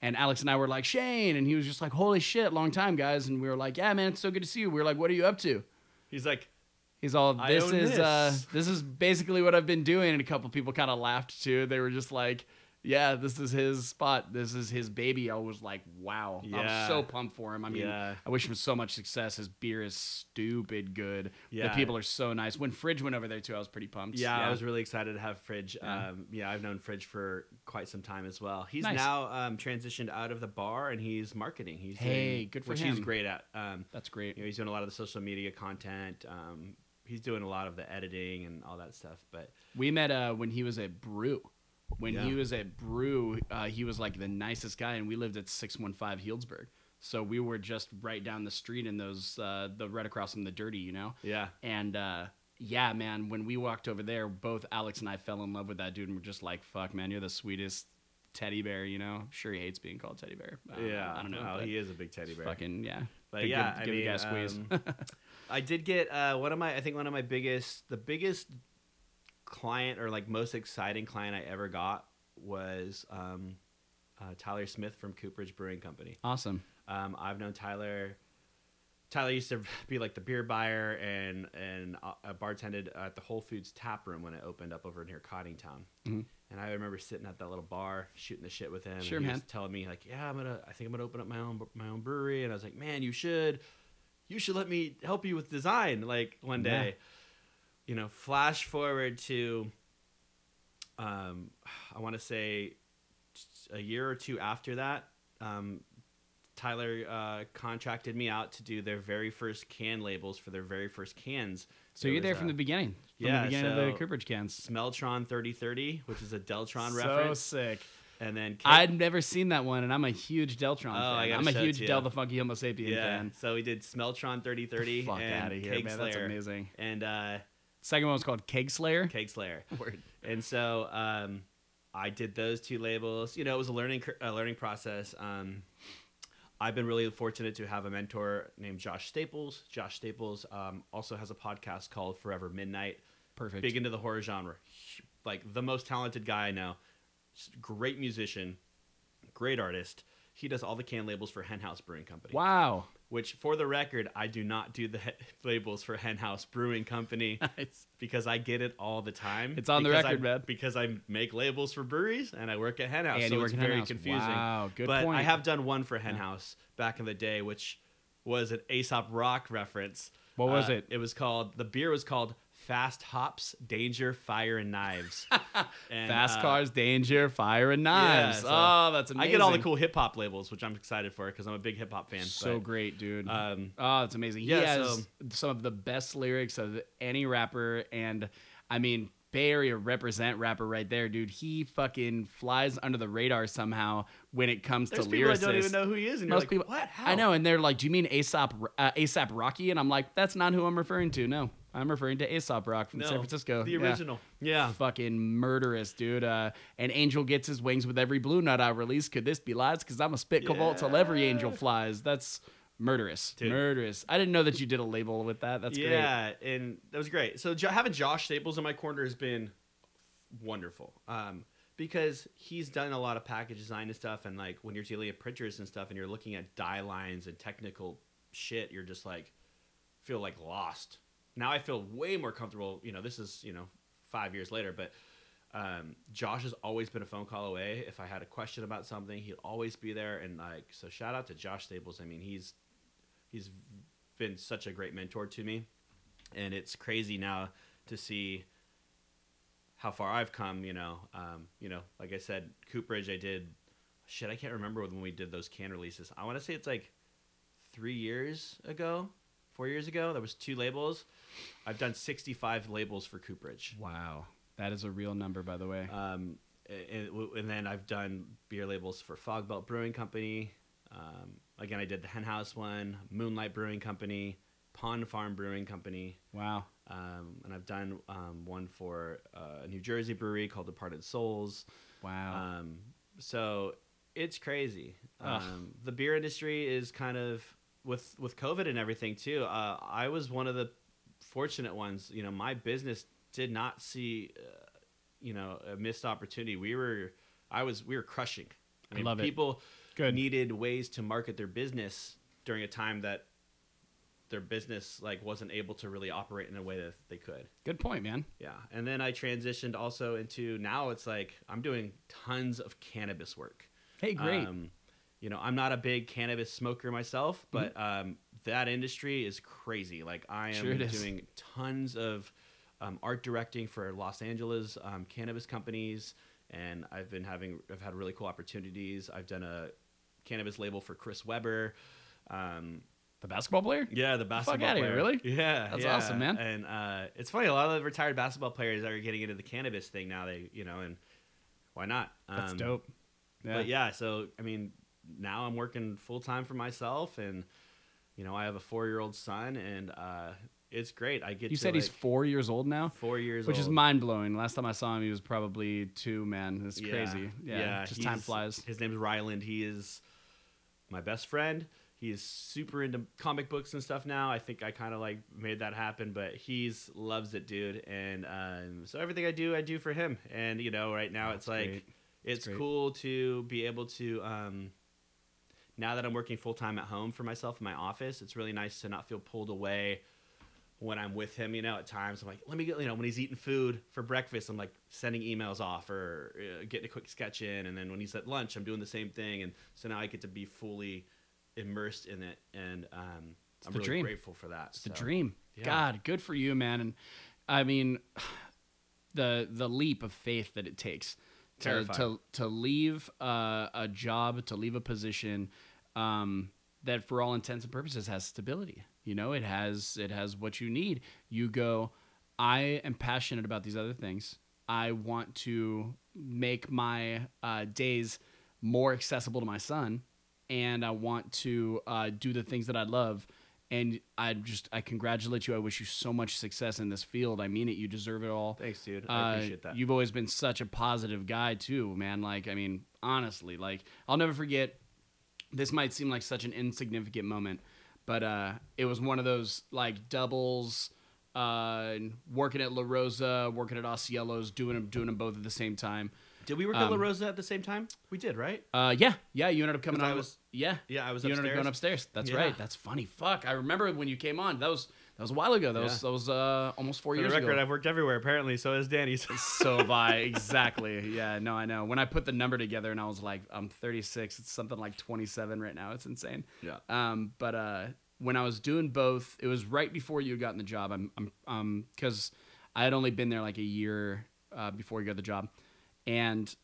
A: and Alex and I were like Shane, and he was just like, "Holy shit, long time, guys!" And we were like, "Yeah, man, it's so good to see you." We were like, "What are you up to?"
B: He's like,
A: He's all
B: I
A: this
B: own
A: is uh
B: this."
A: this is basically what I've been doing and a couple people kind of laughed too. They were just like, "Yeah, this is his spot. This is his baby." I was like, "Wow."
B: Yeah.
A: I'm so pumped for him. I mean,
B: Yeah.
A: I wish him so much success. His beer is stupid good.
B: Yeah.
A: The people are so nice. When Fridge went over there too, I was pretty pumped.
B: yeah, I was really excited to have Fridge.
A: Yeah.
B: Um, yeah, I've known Fridge for quite some time as well. He's
A: Nice.
B: now um, transitioned out of the bar and he's marketing. He's
A: Hey,
B: doing-
A: good for
B: which he's
A: him.
B: great at. Um,
A: That's great.
B: you know, he's doing a lot of the social media content. Um, he's doing a lot of the editing and all that stuff. But
A: We met uh, when he was at Brew. When he
B: Yeah.
A: was at Brew, uh, he was like the nicest guy, and we lived at 615 Healdsburg. So we were just right down the street in those, uh, the right across from the Dirty, you know?
B: yeah,
A: And uh, yeah, man, when we walked over there, both Alex and I fell in love with that dude and were just like, fuck, man, you're the sweetest teddy bear, you know? I'm sure he hates being called teddy bear. I don't-
B: yeah,
A: I don't know.
B: Oh,
A: but
B: he is a big teddy bear.
A: Fucking, yeah.
B: But
A: Give-
B: yeah,
A: give,
B: I
A: give
B: mean,
A: the guy a squeeze.
B: um, I did get uh, one of my, I think one of my biggest, the biggest client or like most exciting client I ever got was um, uh, Tyler Smith from Cooperage Brewing Company.
A: awesome.
B: Um, I've known Tyler. Tyler used to be like the beer buyer and and uh, uh, bartended at the Whole Foods tap room when it opened up over near Cottingtown.
A: Mhm.
B: And I remember sitting at that little bar shooting the shit with him. and
A: Sure,
B: he
A: man.
B: Was telling me like, yeah, I'm gonna, I think I'm gonna open up my own my own brewery. And I was like, man, you should, you should let me help you with design like one
A: Yeah.
B: day. You know, flash forward to, um, I want to say, a year or two after that, um, Tyler uh, contracted me out to do their very first can labels for their very first cans.
A: So you're
B: was
A: there
B: a
A: from the beginning. From
B: yeah,
A: the beginning of
B: so-
A: the Cooperage cans.
B: Smeltron 3030, which is a Deltron
A: so
B: reference,
A: sick.
B: and then K-
A: I'd never seen that one, and I'm a huge Deltron fan.
B: Oh, I gotta
A: I'm a
B: show it
A: huge
B: to you.
A: Del the Funky Homo Sapien
B: yeah.
A: fan.
B: So we did Smeltron 3030
A: Fuck
B: and
A: out of here,
B: Keg
A: man. That's
B: Slayer
A: amazing.
B: and uh,
A: Second one was called Keg Slayer.
B: Keg Slayer.
A: Word.
B: and so um, I did those two labels. You know, it was a learning cur- a learning process. Um, I've been really fortunate to have a mentor named Josh Staples. Josh Staples um, also has a podcast called Forever Midnight.
A: Perfect.
B: Big into the horror genre, Hu- like the most talented guy I know. S- Great musician, great artist. He does all the can labels for Hen House Brewing Company.
A: wow.
B: Which, for the record, I do not do the he- labels for Hen House Brewing Company
A: Nice.
B: because I get it all the time.
A: It's on the
B: Because
A: record,
B: I-
A: man.
B: Because I make labels for breweries and I work at Hen House,
A: And
B: so
A: you work
B: it's
A: at Hen
B: very
A: House.
B: confusing.
A: Wow, good
B: but
A: point.
B: I have done one for Hen House back in the day, which was an Aesop Rock reference. Uh,
A: What was it?
B: It was called the beer was called Fast Hops, Danger, Fire, and Knives. And,
A: Fast
B: uh,
A: cars, danger, fire, and knives.
B: so
A: oh, that's amazing.
B: I get all the cool hip hop labels, which I'm excited for because I'm a big hip hop fan.
A: So
B: but,
A: great, dude.
B: Um,
A: oh, it's amazing. He
B: yeah,
A: has some of the best lyrics of any rapper, and I mean Bay Area represent rapper right there, dude. He fucking flies under the radar somehow when it comes
B: there's
A: to
B: people
A: lyricists.
B: that don't even know who he is, and you're
A: Most
B: like,
A: people-
B: what? How?
A: I know, and they're like, "Do you mean Aesop uh, Aesop Rocky?" And I'm like, "That's not who I'm referring to. No, I'm referring to Aesop Rock from
B: No,
A: San Francisco,
B: the
A: Yeah.
B: original. Yeah.
A: Fucking murderous, dude. Uh, and Angel gets his wings with every blue nut I release. Could this be lies? Because I'm a spit cobalt till every
B: Yeah.
A: angel flies. That's murderous,
B: Dude.
A: murderous. I didn't know that you did a label with that. That's great.
B: yeah, and that was great. So jo- having Josh Staples in my corner has been wonderful. Um, because he's done a lot of package design and stuff and like when you're dealing with printers and stuff and you're looking at die lines and technical shit you're just like feel like lost now i feel way more comfortable you know this is you know five years later but um, josh has always been a phone call away if i had a question about something he'd always be there and like so shout out to josh staples i mean he's he's been such a great mentor to me and it's crazy now to see how far I've come, you know, um, you know, like I said, Cooperage, I did shit. I can't remember when we did those can releases. I want to say it's like three years ago, four years ago. There was two labels. I've done 65 labels for Cooperage.
A: Wow, that is a real number, by the way.
B: Um, and, and then I've done beer labels for Fog Belt Brewing Company. Um, again, I did the Hen House one, Moonlight Brewing Company, Pond Farm Brewing Company.
A: wow,
B: Um, and I've done um, one for uh, a New Jersey brewery called Departed Souls.
A: wow.
B: Um, so it's crazy.
A: Ugh.
B: Um, the beer industry is kind of with with COVID and everything too. Uh, I was one of the fortunate ones. You know, my business did not see, uh, you know, a missed opportunity. We were, I was, we were crushing. I
A: I
B: mean,
A: love it.
B: people
A: Good.
B: needed ways to market their business during a time that their business like wasn't able to really operate in a way that they could.
A: Good point, man.
B: Yeah. And then I transitioned also into now it's like I'm doing tons of cannabis work.
A: Hey, great.
B: Um, you know, I'm not a big cannabis smoker myself,
A: Mm-hmm.
B: but um, that industry is crazy. Like I am
A: Sure it is.
B: doing tons of um, art directing for Los Angeles um, cannabis companies, and I've been having I've had really cool opportunities. I've done a cannabis label for Chris Webber. Um,
A: the basketball player.
B: yeah, the basketball
A: outta here,
B: player.
A: really?
B: Yeah,
A: That's
B: yeah.
A: awesome, man.
B: And uh, it's funny. A lot of the retired basketball players are getting into the cannabis thing now. They, you know, and why not?
A: That's
B: Um,
A: dope. Yeah.
B: But yeah, so I mean, now I'm working full time for myself, and you know, I have a four year old son, and uh, it's great. I get.
A: you
B: to,
A: said he's
B: like,
A: four years old now,
B: four years,
A: which is
B: old.
A: mind blowing. Last time I saw him, he was probably two. Man, it's crazy. Yeah, just time
B: he's-
A: flies.
B: His name is Ryland. He is my best friend. He is super into comic books and stuff now. I think I kind of like made that happen, but he's loves it, dude. And um, so everything I do, I do for him. And you know, right now it's like
A: great.
B: it's
A: great.
B: cool to be able to. Um, now that I'm working full time at home for myself in my office, it's really nice to not feel pulled away when I'm with him, you know, at times I'm like, let me get, you know, when he's eating food for breakfast, I'm like sending emails off or uh, getting a quick sketch in. And then when he's at lunch, I'm doing the same thing. And so now I get to be fully immersed in it. And um, I'm
A: the
B: really
A: dream.
B: grateful for that.
A: It's the
B: so.
A: dream.
B: yeah.
A: God, good for you, man. And I mean, the the leap of faith that it takes to
B: Terrifying.
A: to, to leave uh, a job, to leave a position um, that, for all intents and purposes, has stability. You know, it has it has what you need. You go. I am passionate about these other things. I want to make my uh, days more accessible to my son, and I want to uh, do the things that I love and I just I congratulate you. I wish you so much success in this field. I mean it. You deserve it all.
B: Thanks, dude. I appreciate that.
A: Uh, You've always been such a positive guy too, man. Like I mean, honestly, like I'll never forget. This might seem like such an insignificant moment, but uh, it was one of those like doubles. Uh, working at La Rosa, working at Osceola's, doing them, doing them both at the same time.
B: did we work at
A: um,
B: La Rosa at the same time? We did, right?
A: Uh, yeah, yeah. You ended up coming
B: 'Cause I
A: on.
B: was-
A: yeah,
B: Yeah, I was
A: you
B: upstairs.
A: ended up going upstairs. That's
B: Yeah.
A: right. That's funny. Fuck, I remember when you came on. That was that was a while ago. That was
B: Yeah.
A: that was uh, almost four
B: For the
A: years
B: record,
A: ago.
B: I've worked everywhere apparently. So has Danny.
A: so have I. Exactly. Yeah. No, I know. When I put the number together, and I was like, I'm 36. It's something like 27 right now. It's insane.
B: yeah.
A: Um, but uh, when I was doing both, it was right before you had gotten the job. I'm, I'm, um, because I had only been there like a year uh, before you got the job, and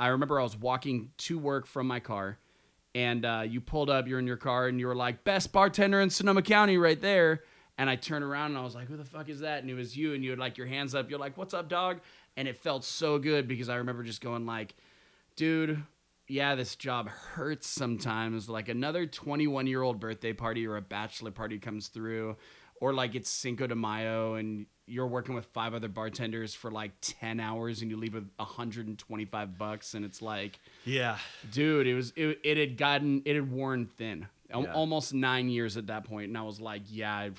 A: I remember I was walking to work from my car, and uh, you pulled up. You're in your car, and you were like, "Best bartender in Sonoma County, right there." And I turned around and I was like, "Who the fuck is that?" And it was you, and you had like your hands up. You're like, "What's up, dog?" And it felt so good because I remember just going like dude yeah this job hurts sometimes like another 21 year old birthday party or a bachelor party comes through or like it's cinco de mayo and you're working with five other bartenders for like 10 hours and you leave with 125 bucks and it's like
B: Yeah.
A: dude it was it, it had gotten it had worn thin Al-
B: Yeah.
A: almost nine years at that point and i was like yeah I-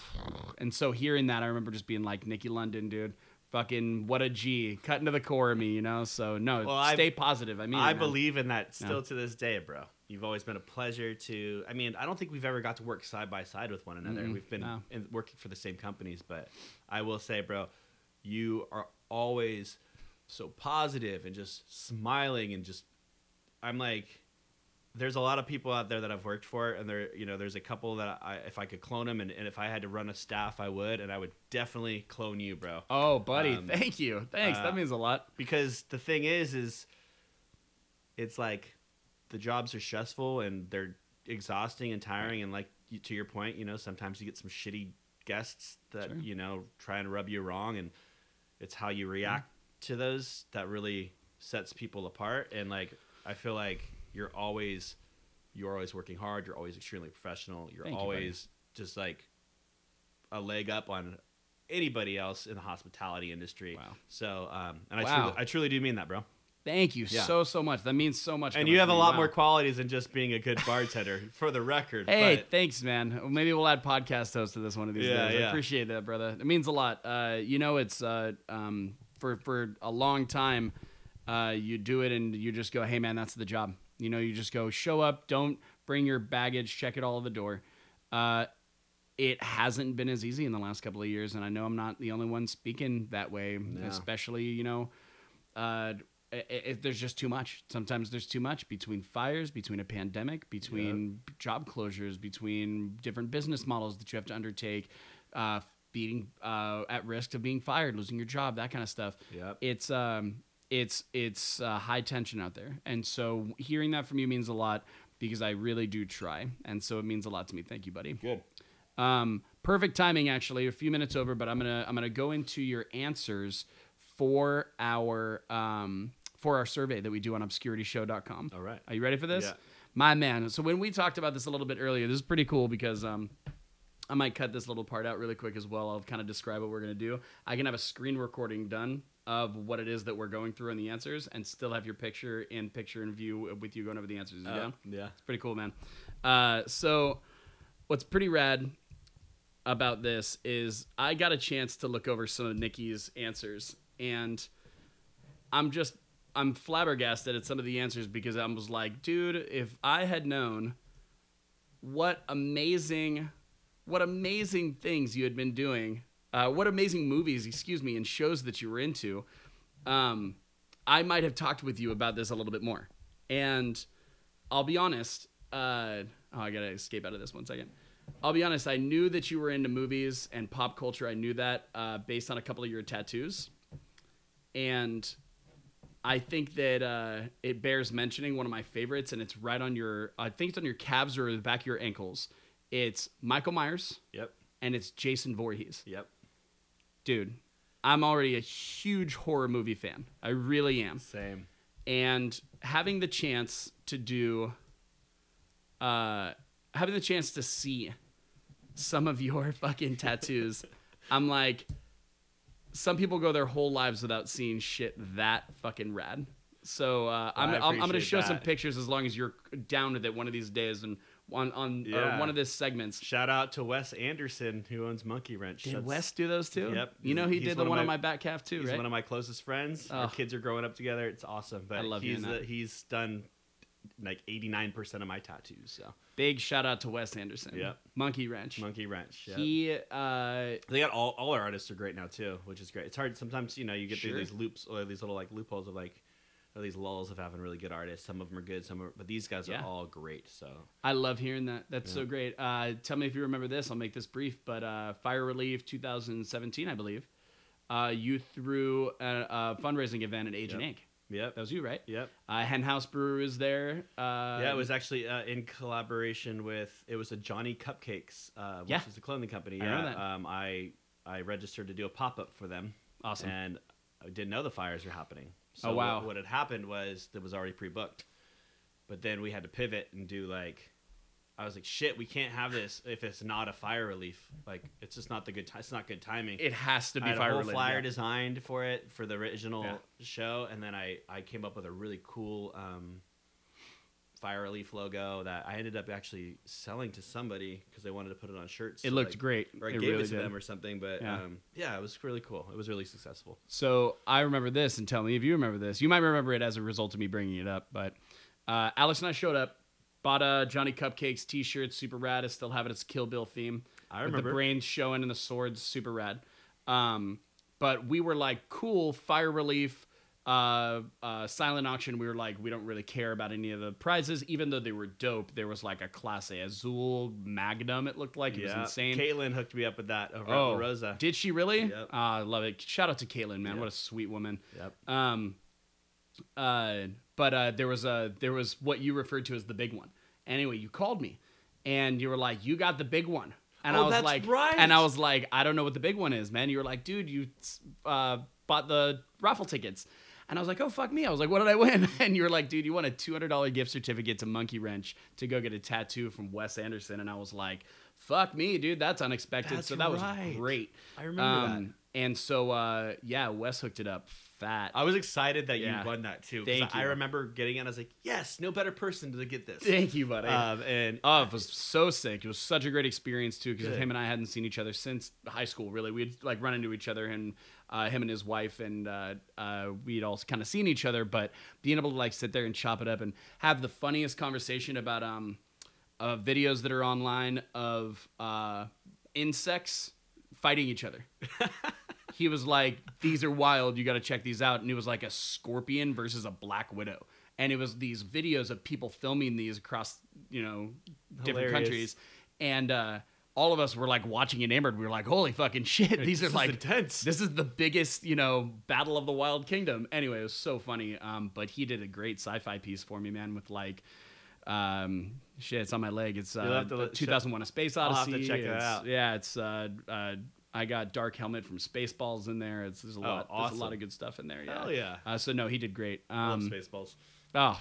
A: and so hearing that i remember just being like nikki london dude Fucking what a G, cutting to the core of me, you know. So no,
B: Well, I-
A: stay positive. I mean,
B: I
A: man.
B: believe in that still
A: Yeah.
B: to this day, bro. You've always been a pleasure to. I mean, I don't think we've ever got to work side by side with one another.
A: Mm-mm,
B: We've been
A: no.
B: in, working for the same companies, but I will say, bro, you are always so positive and just smiling and just. I'm like, there's a lot of people out there that I've worked for, and there, you know, there's a couple that I, if I could clone them, and, and if I had to run a staff, I would, and I would definitely clone you, bro.
A: Oh, buddy,
B: Um,
A: thank you, thanks.
B: uh,
A: that means a lot.
B: because the thing is is it's like the jobs are stressful and they're exhausting and tiring and like you, to your point you know sometimes you get some shitty guests that
A: Sure.
B: you know trying to rub you wrong and it's how you react to those that really sets people apart and like i feel like you're always you're always working hard you're always extremely professional you're
A: Thank you, buddy.
B: always just like a leg up on anybody else in the hospitality industry
A: Wow.
B: so, um, and I,
A: Wow.
B: truly, I truly do mean that, bro.
A: Thank you
B: Yeah.
A: so so much. That means so much.
B: And
A: coming
B: you have a
A: from me.
B: lot
A: Wow.
B: more qualities than just being a good bartender, for the record.
A: Hey,
B: but
A: thanks, man. Well, Maybe we'll add podcast host to this one of these
B: Yeah,
A: days.
B: yeah.
A: I appreciate that, brother. It means a lot. Uh, you know, it's uh, um, for for a long time, uh, you do it and you just go, hey, man, that's the job. You know, you just go, show up, don't bring your baggage, check it all at the door. Uh, it hasn't been as easy in the last couple of years, and I know I'm not the only one speaking that way,
B: No.
A: especially you know uh, i it, there's just too much. Sometimes there's too much between fires, between a pandemic, between job closures, between different business models that you have to undertake, uh, being uh, at risk of being fired, losing your job, that kind of stuff.
B: Yep.
A: It's um, it's it's uh, high tension out there, and so hearing that from you means a lot because I really do try, and so it means a lot to me. Thank you, buddy.
B: good.
A: Um, perfect timing, actually. A few minutes over, but I'm gonna I'm gonna go into your answers for our um, for our survey that we do on obscurityshow.com.
B: All right.
A: Are you ready for this?
B: Yeah.
A: My man. So when we talked about this a little bit earlier, this is pretty cool because um, I might cut this little part out really quick as well. I'll kind of describe what we're gonna do. I can have a screen recording done of what it is that we're going through and the answers, and still have your picture in picture and view with you going over the answers. You
B: Uh,
A: down?
B: yeah.
A: It's pretty cool, man. Uh, so, what's pretty rad about this is I got a chance to look over some of Nikki's answers, and I'm just I'm flabbergasted at some of the answers because I was like, dude, if I had known what amazing, what amazing things you had been doing, uh, what amazing movies, excuse me, and shows that you were into, um, I might have talked with you about this a little bit more. And I'll be honest. Uh, oh, I gotta escape out of this one second. I'll be honest. I knew that you were into movies and pop culture. I knew that uh, based on a couple of your tattoos, and I think that uh, it bears mentioning one of my favorites, and it's right on your. I think it's on your calves or the back of your ankles. It's Michael Myers
B: Yep.
A: and it's Jason Voorhees
B: Yep.
A: dude, I'm already a huge horror movie fan. I really am.
B: Same.
A: And having the chance to do, uh, having the chance to see some of your fucking tattoos, I'm like, some people go their whole lives without seeing shit that fucking rad. So uh, I'm,
B: I
A: I'm, I'm gonna
B: appreciate
A: show some
B: that.
A: pictures as long as you're down with it one of these days and on on or
B: Yeah.
A: one of these segments.
B: Shout out to Wes Anderson who owns Monkey Wrench.
A: Did
B: That's-
A: Wes do those too?
B: Yep.
A: You know he
B: He's
A: did the
B: one
A: one,
B: of
A: on
B: my-
A: my back calf too,
B: He's
A: right?
B: one of my closest friends.
A: Oh.
B: Our kids are growing up together. It's awesome. But
A: I love
B: he's
A: hearing that.
B: the, he's done like 89% of my tattoos. So
A: Big shout out to Wes Anderson.
B: Yep.
A: Monkey Wrench.
B: Monkey Wrench. Yep.
A: He uh
B: They got all all our artists are great now too, which is great. It's hard sometimes, you know, you get
A: Sure.
B: through these loops or these little like loopholes of like or these lulls of having really good artists. Some of them are good, some are, but these guys
A: Yeah.
B: are all great. So
A: I love hearing that. That's so
B: Yeah.
A: great. Uh tell me if you remember this, I'll make this brief, but uh Fire Relief 2017, I believe. Uh you threw a, a fundraising event at Agent
B: Yep.
A: Inc.
B: yep,
A: That was you, right?
B: yep,
A: Uh Hen House Brewer is there. Uh
B: yeah. It was actually uh, in collaboration with it was a Johnny Cupcakes, uh, which
A: Yeah.
B: is the clothing company.
A: I
B: yeah,
A: know that.
B: Um, I I registered to do a pop up for them.
A: awesome.
B: and I didn't know the fires were happening.
A: Oh, wow.
B: What, what had happened was that was already pre booked, but then we had to pivot and do like, I was like, shit, we can't have this if it's not a fire relief. Like, it's just not the good. Ti- it's not good timing.
A: it has to
B: I
A: be
B: had a
A: fire
B: whole
A: related.
B: flyer
A: yeah.
B: designed for it for the original
A: Yeah.
B: show, and then I I came up with a really cool um, fire leaf logo that I ended up actually selling to somebody because they wanted to put it on shirts.
A: It
B: so,
A: looked
B: like,
A: great.
B: Or I
A: it
B: gave
A: really
B: it to
A: did.
B: them or something. But
A: Yeah.
B: Um, yeah, it was really cool. It was really successful.
A: So I remember this, and tell me if you remember this. You might remember it as a result of me bringing it up, but uh, Alex and I showed up, bought a Johnny Cupcakes T-shirt, super rad. I still have it. It's Kill Bill theme.
B: I
A: with
B: remember.
A: the brains showing and the swords, super rad. Um, but we were like, cool, fire relief, uh, uh, silent auction. We were like, we don't really care about any of the prizes, even though they were dope. There was like a Class A Azul Magnum. It looked like it was insane.
B: Caitlin hooked me up with that over
A: Oh,
B: at Rosa.
A: Did she really?
B: Yep.
A: Ah, I love it. Shout out to Caitlin, man.
B: Yep.
A: What a sweet woman.
B: yep.
A: Um, uh, but uh, there was a there was what you referred to as the big one. Anyway, you called me, and you were like, "You got the big one," and
B: Oh,
A: I was
B: that's
A: like,
B: right.
A: and I was like, "I don't know what the big one is, man." You were like, "Dude, you uh, bought the raffle tickets." And I was like, oh, fuck me. I was like, what did I win? And you were like, dude, you won a $200 gift certificate to Monkey Wrench to go get a tattoo from Wes Anderson. And I was like, fuck me, dude. That's unexpected.
B: That's
A: so that
B: right.
A: was great. Um,
B: I remember that.
A: And so, uh, yeah, Wes hooked it up fat.
B: I was excited that
A: Yeah.
B: you won that too. 'cause
A: Thank
B: I, I
A: you.
B: remember getting it. and I was like, yes, no better person to get this.
A: Thank you, buddy.
B: Um, and
A: oh, it was so sick. It was such a great experience too, because
B: Good.
A: him and I hadn't seen each other since high school. Really, we'd like run into each other, and uh, him and his wife, and uh, uh, we'd all kind of seen each other. But being able to like sit there and chop it up and have the funniest conversation about um, uh, videos that are online of uh, insects fighting each other. he was like, "These are wild. You got to check these out." And it was like a scorpion versus a black widow, and it was these videos of people filming these across you know different
B: Hilarious.
A: countries, and uh, all of us were like watching enamored. We were like, "Holy fucking shit! These
B: this
A: are
B: is
A: like
B: intense.
A: this is the biggest you know battle of the wild kingdom." Anyway, it was so funny. Um, but he did a great sci-fi piece for me, man, with like. Um, shit, it's on my leg. It's
B: You'll
A: uh,
B: have to let-
A: 2001: A Space
B: I'll
A: Odyssey.
B: have to check that
A: It's-
B: out.
A: yeah, it's uh, uh, I got Dark Helmet from Spaceballs in there. It's there's a
B: Oh,
A: lot, there's a lot
B: awesome.
A: of good stuff in there. Yeah.
B: Hell yeah.
A: Uh, so no, he did great.
B: I love
A: Um,
B: Spaceballs.
A: oh,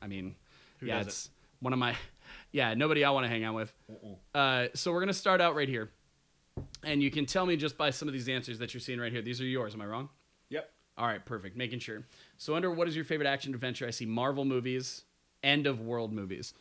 A: I mean,
B: Who
A: yeah,
B: doesn't?
A: it's one of my, yeah, nobody I want to hang out with. Uh, so we're gonna start out right here, and you can tell me just by some of these answers that you're seeing right here. These are yours. Am I wrong?
B: Yep.
A: All right, perfect. Making sure. So under what is your favorite action adventure? I see Marvel movies, end of world movies.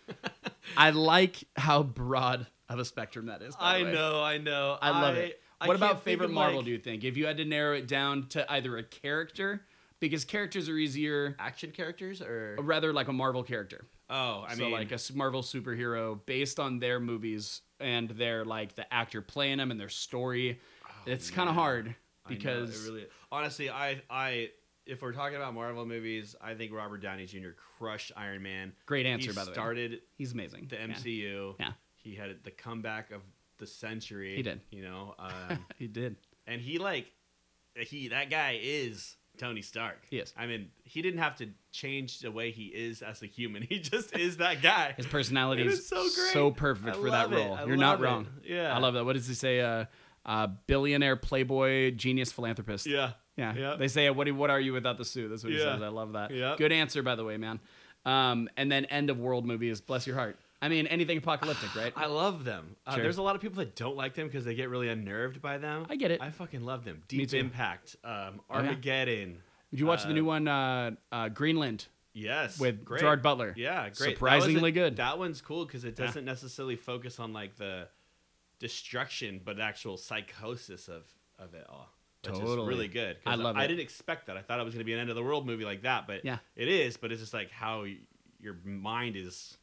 A: I like how broad of a spectrum that is. by
B: I
A: the way.
B: know, I know.
A: I love it.
B: I
A: what
B: can't
A: about
B: think of,
A: favorite Marvel?
B: like,
A: do you think if you had to narrow it down to either a character, because characters are easier,
B: Action characters or
A: or rather like a Marvel character,
B: oh, I
A: so
B: mean,
A: like a s- Marvel superhero based on their movies and their like the actor playing them and their story. uh, it's kind of
B: Oh, man.
A: hard
B: I know, it
A: because
B: really, honestly, I I if we're talking about Marvel movies, I think Robert Downey Jr. crushed Iron Man.
A: great answer
B: he
A: by the way.
B: started
A: He's amazing.
B: the
A: Yeah.
B: MCU.
A: Yeah.
B: He had the comeback of the century.
A: He did.
B: You know, um,
A: he did.
B: and he like he that guy is Tony Stark.
A: He is.
B: I mean, he didn't have to change the way he is as a human. He just is that guy.
A: His personality
B: It
A: is,
B: is so great.
A: perfect
B: I
A: for that
B: love it.
A: role.
B: I
A: You're
B: love
A: not
B: it.
A: wrong.
B: Yeah.
A: I love that. What does he say? Uh, uh, billionaire, playboy, genius, philanthropist.
B: yeah.
A: Yeah.
B: Yeah.
A: They say, "What? What are you without the suit?" That's what he
B: Yeah.
A: says. I love that.
B: Yeah.
A: Good answer, by the way, man. Um, and then end of world movies. Bless your heart. I mean, anything apocalyptic, right?
B: I love them. Uh,
A: Sure.
B: There's a lot of people that don't like them because they get really unnerved by them.
A: I get it.
B: I fucking love them.
A: Me
B: Deep
A: too.
B: Impact, um,
A: Oh, yeah.
B: Armageddon.
A: Did you watch the
B: uh,
A: new one, uh, uh, Greenland,
B: Yes,
A: with
B: great.
A: Gerard Butler?
B: Yeah, great. That was a-
A: Surprisingly good.
B: That one's cool because it
A: Yeah.
B: doesn't necessarily focus on like the destruction, but the actual psychosis of of it all. Which
A: Totally.
B: is really good. 'cause
A: I love it.
B: I didn't expect that. I thought it was going to be an end of the world movie like that, but
A: Yeah.
B: it is. But it's just like how y- your mind is,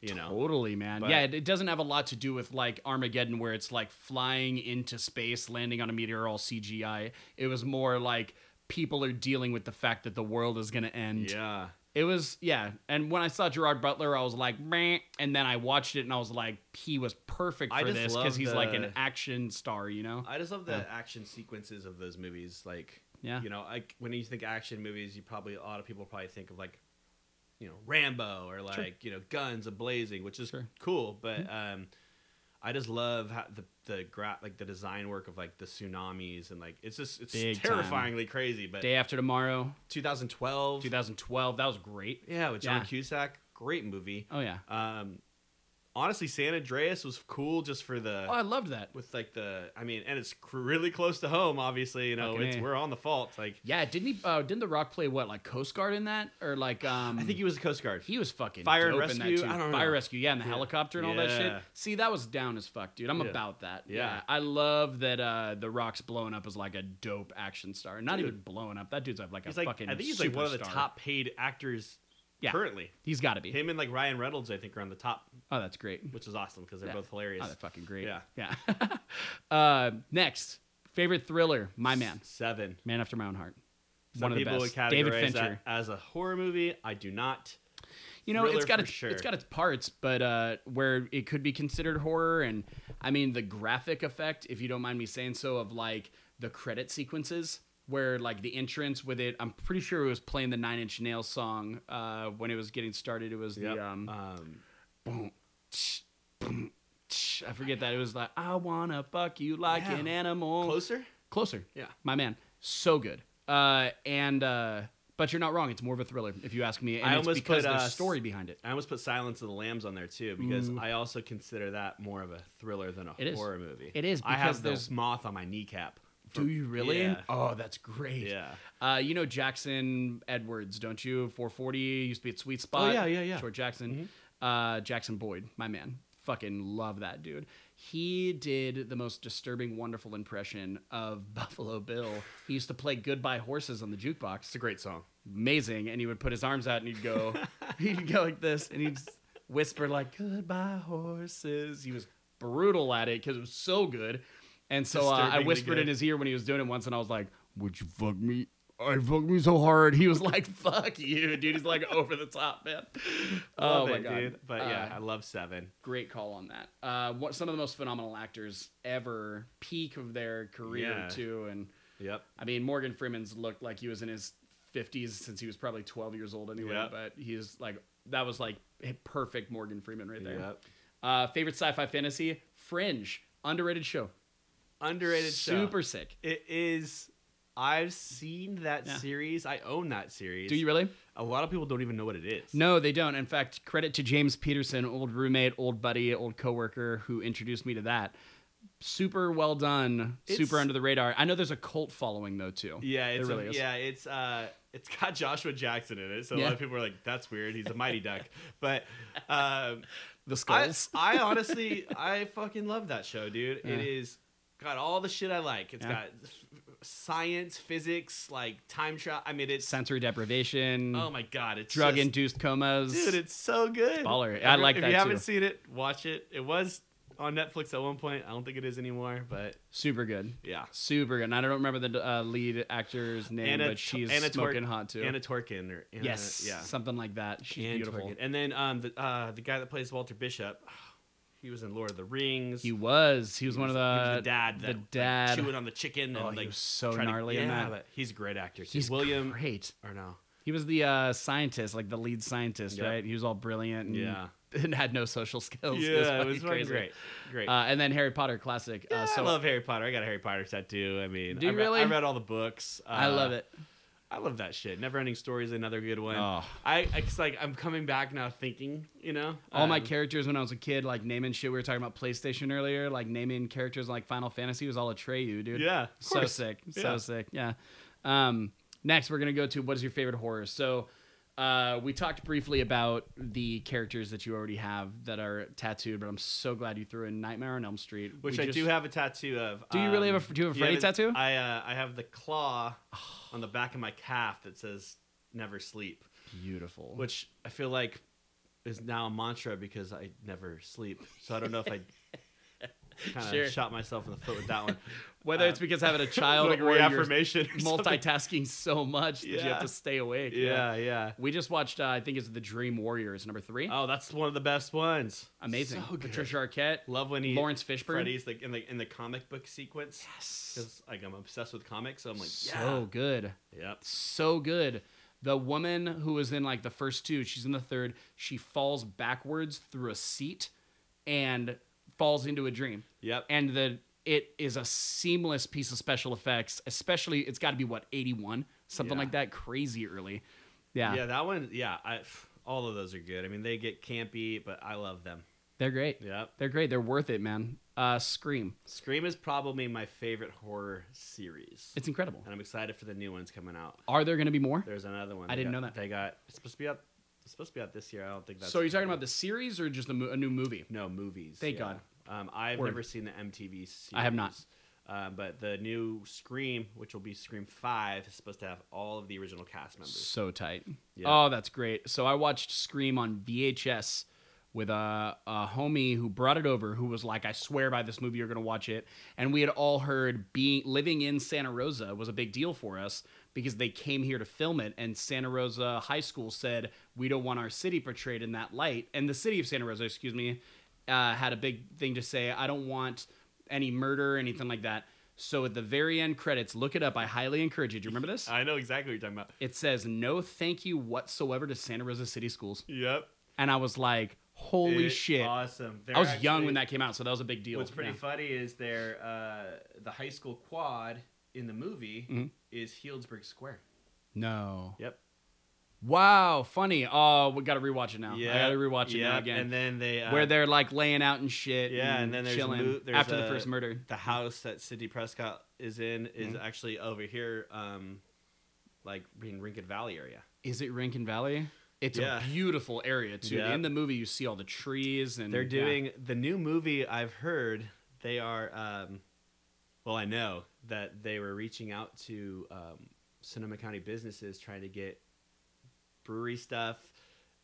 B: you know.
A: Totally, man.
B: But-
A: yeah, it, it doesn't have a lot to do with like Armageddon, where it's like flying into space, landing on a meteor, all CGI. It was more like people are dealing with the fact that the world is going to end.
B: Yeah,
A: It was, yeah. And when I saw Gerard Butler, I was like, Meh. and then I watched it and I was like, he was perfect
B: I
A: for
B: just
A: this
B: love
A: because he's like an
B: the-
A: action star, you know?
B: I just love the
A: Yeah.
B: action sequences of those movies. Like,
A: Yeah.
B: you know, like when you think action movies, you probably a lot of people probably think of like, you know, Rambo or like you know, guns ablazing, which is
A: Sure. Mm-hmm.
B: cool. But um, I just love how the the gra- like the design work of like the tsunamis and like it's just it's
A: Big time.
B: terrifyingly crazy. But
A: Day After Tomorrow,
B: 2012,
A: 2012, that was great.
B: yeah, with John
A: Yeah.
B: Cusack, great movie.
A: Oh, yeah.
B: Um, honestly, San Andreas was cool just for the
A: Oh, I loved that.
B: with like the I mean, and it's cr- really close to home. Obviously, you know,
A: Fucking
B: it's
A: A.
B: we're on the fault. Like
A: Yeah, didn't he? Uh, didn't The Rock play what like Coast Guard in that or like? Um,
B: I think he was a Coast Guard.
A: he was fucking
B: Fire and
A: dope in that
B: rescue?
A: too.
B: I don't
A: Fire
B: know.
A: rescue, yeah, and the
B: Yeah.
A: helicopter and all that shit.
B: Yeah.
A: See, that was down as fuck, dude. I'm
B: Yeah.
A: about that.
B: Yeah.
A: I love that. Uh, the Rock's blowing up as like a dope action star. Not
B: Dude.
A: even blowing up. That dude's like a
B: he's like
A: fucking.
B: I think he's like one of the
A: superstar.
B: top paid actors
A: Yeah.
B: currently.
A: He's got to be.
B: Him and like Ryan Reynolds, I think, are on the top,
A: Oh, that's great.
B: which is awesome because they're
A: Yeah.
B: both hilarious.
A: Oh, they're fucking great.
B: Yeah.
A: Yeah. uh, next, favorite thriller, My Man,
B: Seven.
A: Man After My Own Heart.
B: Some
A: One of the
B: people
A: best.
B: would categorize
A: David Fincher.
B: that as a horror movie. I do not.
A: you know, it's
B: thriller
A: got
B: for
A: its
B: sure.
A: it's got its parts, but uh, where it could be considered horror, and I mean the graphic effect, if you don't mind me saying so, of like the credit sequences where like the entrance with it. I'm pretty sure it was playing the Nine Inch Nails song uh, when it was getting started. It was
B: Yep.
A: the um,
B: Um,
A: boom, tsh, boom, tsh. I forget that it was like I wanna fuck you like
B: Yeah.
A: an animal.
B: closer.
A: Closer,
B: Yeah.
A: my man, so good. Uh, and uh, but you're not wrong. It's more of a thriller, if you ask me. And
B: I
A: it's
B: almost
A: because
B: put,
A: there's
B: uh,
A: story behind it.
B: I almost put Silence of the Lambs on there too because
A: Ooh.
B: I also consider that more of a thriller than a
A: It is.
B: horror movie.
A: It is
B: I
A: because
B: have
A: there's-
B: this moth on my kneecap.
A: Do you really?
B: Yeah.
A: Oh, that's great.
B: Yeah.
A: Uh, you know Jackson Edwards, don't you? 440 used to be at Sweet Spot.
B: Oh, yeah, yeah, Mm-hmm. yeah.
A: Short Jackson. Uh, Jackson Boyd, my man. Fucking love that dude. He did the most disturbing, wonderful impression of Buffalo Bill. He used to play Goodbye Horses on the jukebox.
B: It's a great song.
A: Amazing. And he would put his arms out and he'd go, he'd go like this and he'd whisper, like, Goodbye Horses. He was brutal at it because it was so good. And so uh, I
B: Disturbingly
A: whispered in
B: good.
A: his ear when he was doing it once and I was like, Would you fuck me? I fucked me so hard. He was like, "Fuck you, dude." He's like over the top, man.
B: Love
A: oh my
B: it,
A: god,
B: dude. But yeah,
A: Uh,
B: I love Seven.
A: great call on that. Uh, what some of the most phenomenal actors ever, peak of their career
B: Yeah.
A: too, and
B: Yep.
A: I mean, Morgan Freeman's looked like he was in his 50s since he was probably 12 years old anyway,
B: Yep.
A: but he is like, that was like a perfect Morgan Freeman right there.
B: Yep.
A: Uh, favorite sci fi fantasy? Fringe. Underrated show.
B: Underrated show.
A: Super sick.
B: It is. I've seen that
A: Yeah.
B: series. I own that series.
A: Do you really?
B: A lot of people don't even know what it is.
A: No, they don't. In fact, credit to James Peterson, old roommate, old buddy, old coworker who introduced me to that. Super well done. super
B: It's-
A: under the radar. I know there's a cult following though too.
B: Yeah,
A: there
B: it's a-
A: really is.
B: yeah, it's uh, it's got Joshua Jackson in it, so a
A: Yeah.
B: lot of people are like, "That's weird. He's a mighty duck." But um, I,
A: The skulls.
B: I honestly, I fucking love that show, dude.
A: Yeah.
B: It is got all the shit I like. It's
A: Yeah.
B: got f- science, physics, like time travel. I mean, it's
A: Sensory deprivation.
B: oh my god, it's
A: drug
B: just-
A: induced comas.
B: Dude, it's so good.
A: baller. I like
B: if
A: that,
B: If you haven't
A: too.
B: seen it, watch it. It was on Netflix at one point. I don't think it is anymore, but
A: super good.
B: yeah.
A: Super good. And I don't remember the uh, lead actor's name, but she's
B: Anna Twer-
A: smoking hot too.
B: Anna Torkin or Anna,
A: yes,
B: yeah.
A: something like that. She's
B: Anna
A: beautiful.
B: Torkin. And then um the uh the guy that plays Walter Bishop, he was in Lord of the Rings.
A: He was. He was one of
B: he was
A: the
B: the dad
A: The
B: that
A: dad.
B: Like, chewing on the chicken and
A: Oh, he
B: like
A: was so
B: trying to-
A: gnarly in
B: yeah,
A: that.
B: But he's a great actor. too.
A: He's
B: William
A: Great.
B: or no.
A: He was the uh, scientist, like the lead scientist,
B: Yep.
A: right? He was all brilliant. And,
B: Yeah.
A: and had no social skills.
B: Yeah, it
A: fucking
B: was fucking
A: crazy.
B: great. Great.
A: Uh, and then Harry Potter classic.
B: Yeah,
A: uh, so
B: I love Harry Potter. I got a Harry Potter tattoo. I mean,
A: Do
B: I
A: you
B: read-
A: really?
B: I read all the books.
A: I
B: Uh,
A: love it.
B: I love that shit. Never ending story is another good one.
A: Oh.
B: I it's like I'm coming back now thinking, you know.
A: All my
B: Um,
A: characters when I was a kid, like naming shit. We were talking about PlayStation earlier, like naming characters like Final Fantasy was all Atreyu, dude.
B: Yeah. of
A: so
B: course.
A: sick so
B: Yeah.
A: sick yeah um next we're gonna go to what is your favorite horror so uh, we talked briefly about the characters that you already have that are tattooed, but I'm so glad you threw in Nightmare on Elm Street,
B: Which
A: We
B: I
A: just-
B: do have a tattoo of. um,
A: Do you really have a- do you have a
B: yeah,
A: Freddy
B: it-
A: tattoo?
B: I uh, I have the claw on the back of my calf that says "Never sleep,"
A: beautiful.
B: which I feel like is now a mantra because I never sleep. So I don't know if I kind of
A: Sure.
B: shot myself in the foot with that one.
A: Whether it's
B: uh,
A: because having a child
B: like
A: or you're
B: reaffirmation, or something.
A: multitasking so much that you have
B: Yeah.
A: to stay awake.
B: Yeah, yeah.
A: We just watched, uh, I think it's The Dream Warriors, number three.
B: Oh, that's one of the best ones.
A: Amazing.
B: So good.
A: Patricia Arquette.
B: Love when he
A: Lawrence Fishburne.
B: Freddy's like in the in the comic book sequence
A: Yes.
B: because like I'm obsessed with comics, so I'm like
A: So good.
B: yeah, yep.
A: so good. The woman who was in like the first two, she's in the third. She falls backwards through a seat and falls into a dream.
B: Yep.
A: And the it is a seamless piece of special effects, especially it's got to be what 81, something
B: Yeah.
A: like that, crazy early. Yeah.
B: Yeah, that one. Yeah, I, pff, all of those are good. I mean, they get campy, but I love them.
A: They're great.
B: Yeah.
A: They're great. They're worth it, man. Uh, Scream.
B: Scream is probably my favorite horror series.
A: It's incredible.
B: and I'm excited for the new ones coming out.
A: Are there going to be more?
B: There's another one.
A: I
B: they
A: didn't
B: got-
A: know that.
B: They got it's supposed to be up it's supposed to be out this year. I don't think that's
A: So are you talking about the series or just a, mo- a new movie?
B: No, movies.
A: Thank
B: yeah.
A: God.
B: Um, I've
A: Word.
B: never seen the MTV series.
A: I have not.
B: Um, but the new Scream, which will be Scream 5, is supposed to have all of the original cast members.
A: So tight.
B: Yeah.
A: Oh, that's great. So I watched Scream on VHS with a, a homie who brought it over who was like, I swear by this movie, you're going to watch it. And we had all heard being living in Santa Rosa was a big deal for us because they came here to film it. And Santa Rosa High School said, We don't want our city portrayed in that light. And the city of Santa Rosa, excuse me, uh, had a big thing to say. I don't want any murder, or anything like that. So at the very end credits, look it up. I highly encourage you. Do you remember this?
B: I know exactly what you're talking about.
A: it says no thank you whatsoever to Santa Rosa City Schools.
B: Yep.
A: And I was like, holy
B: It's
A: shit.
B: Awesome. They're
A: I was young
B: actually-
A: when that came out, so that was a big deal.
B: What's pretty
A: Yeah.
B: funny is their uh, the high school quad in the movie
A: Mhm.
B: is Healdsburg Square.
A: No.
B: Mm-hmm. Yep.
A: Wow, funny. Oh, we gotta rewatch it now. I gotta rewatch it now
B: yep,
A: again.
B: And then they uh,
A: Where they're like laying out and shit.
B: Yeah,
A: and,
B: and then there's
A: chilling
B: mo- there's
A: after the
B: a-
A: first murder.
B: the house that Sidney Prescott is in is
A: Mhm.
B: actually over here, um, like in Rincon Valley area.
A: Is it Rankin Valley? It's
B: Yeah.
A: a beautiful area too.
B: Yeah.
A: In the movie, you see all the trees and
B: They're
A: yeah.
B: doing the new movie. I've heard they are. Um, well, I know that they were reaching out to um, Sonoma County businesses trying to get brewery stuff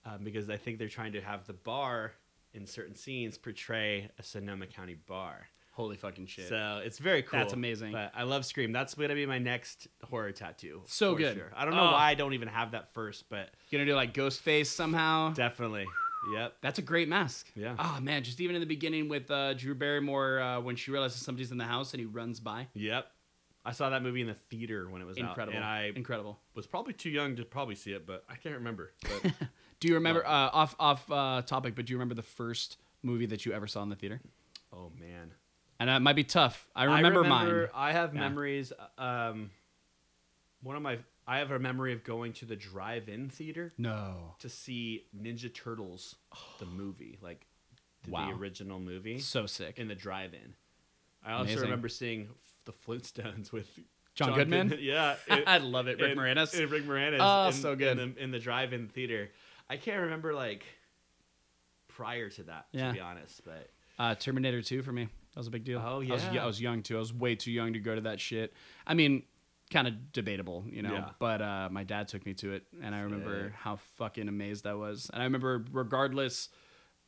B: um, because I think they're trying to have the bar in certain scenes portray a Sonoma County bar.
A: holy fucking shit.
B: So it's very cool.
A: That's amazing.
B: But I love Scream. That's gonna be my next horror tattoo.
A: So
B: for
A: good.
B: sure. I don't know
A: Oh.
B: why I don't even have that first, but
A: Gonna do like Ghostface somehow.
B: definitely. Yep.
A: That's a great mask.
B: Yeah.
A: Oh man, just even in the beginning with uh, Drew Barrymore uh, when she realizes somebody's in the house and he runs by.
B: Yep. I saw that movie in the theater when it was
A: Incredible.
B: out, and I
A: Incredible.
B: was probably too young to probably see it, but I can't remember. But
A: Do you remember uh, off off uh, topic? But do you remember the first movie that you ever saw in the theater?
B: oh man,
A: And uh, it might be tough. I remember, mine.
B: I have
A: Yeah.
B: memories. Um, one of my I have a memory of going to the drive-in theater
A: No.
B: to see Ninja Turtles, the movie, like the,
A: Wow.
B: the original movie.
A: So sick.
B: in the drive-in. I also
A: Amazing.
B: remember seeing f- the Flintstones with
A: John Goodman?
B: yeah,
A: I love it. Rick
B: and-
A: Moranis.
B: and Rick Moranis.
A: Oh,
B: in-
A: so good.
B: in the, in the drive-in theater. I can't remember like prior to that,
A: Yeah.
B: to be honest. But
A: Uh, Terminator 2 for me. That was a big deal.
B: Oh,
A: I was, y-
B: yeah.
A: I was young too. I was way too young to go to that shit. I mean, kind of debatable, you know.
B: Yeah.
A: But uh, my dad took me to it, and I remember
B: Sick.
A: how fucking amazed I was. And I remember, regardless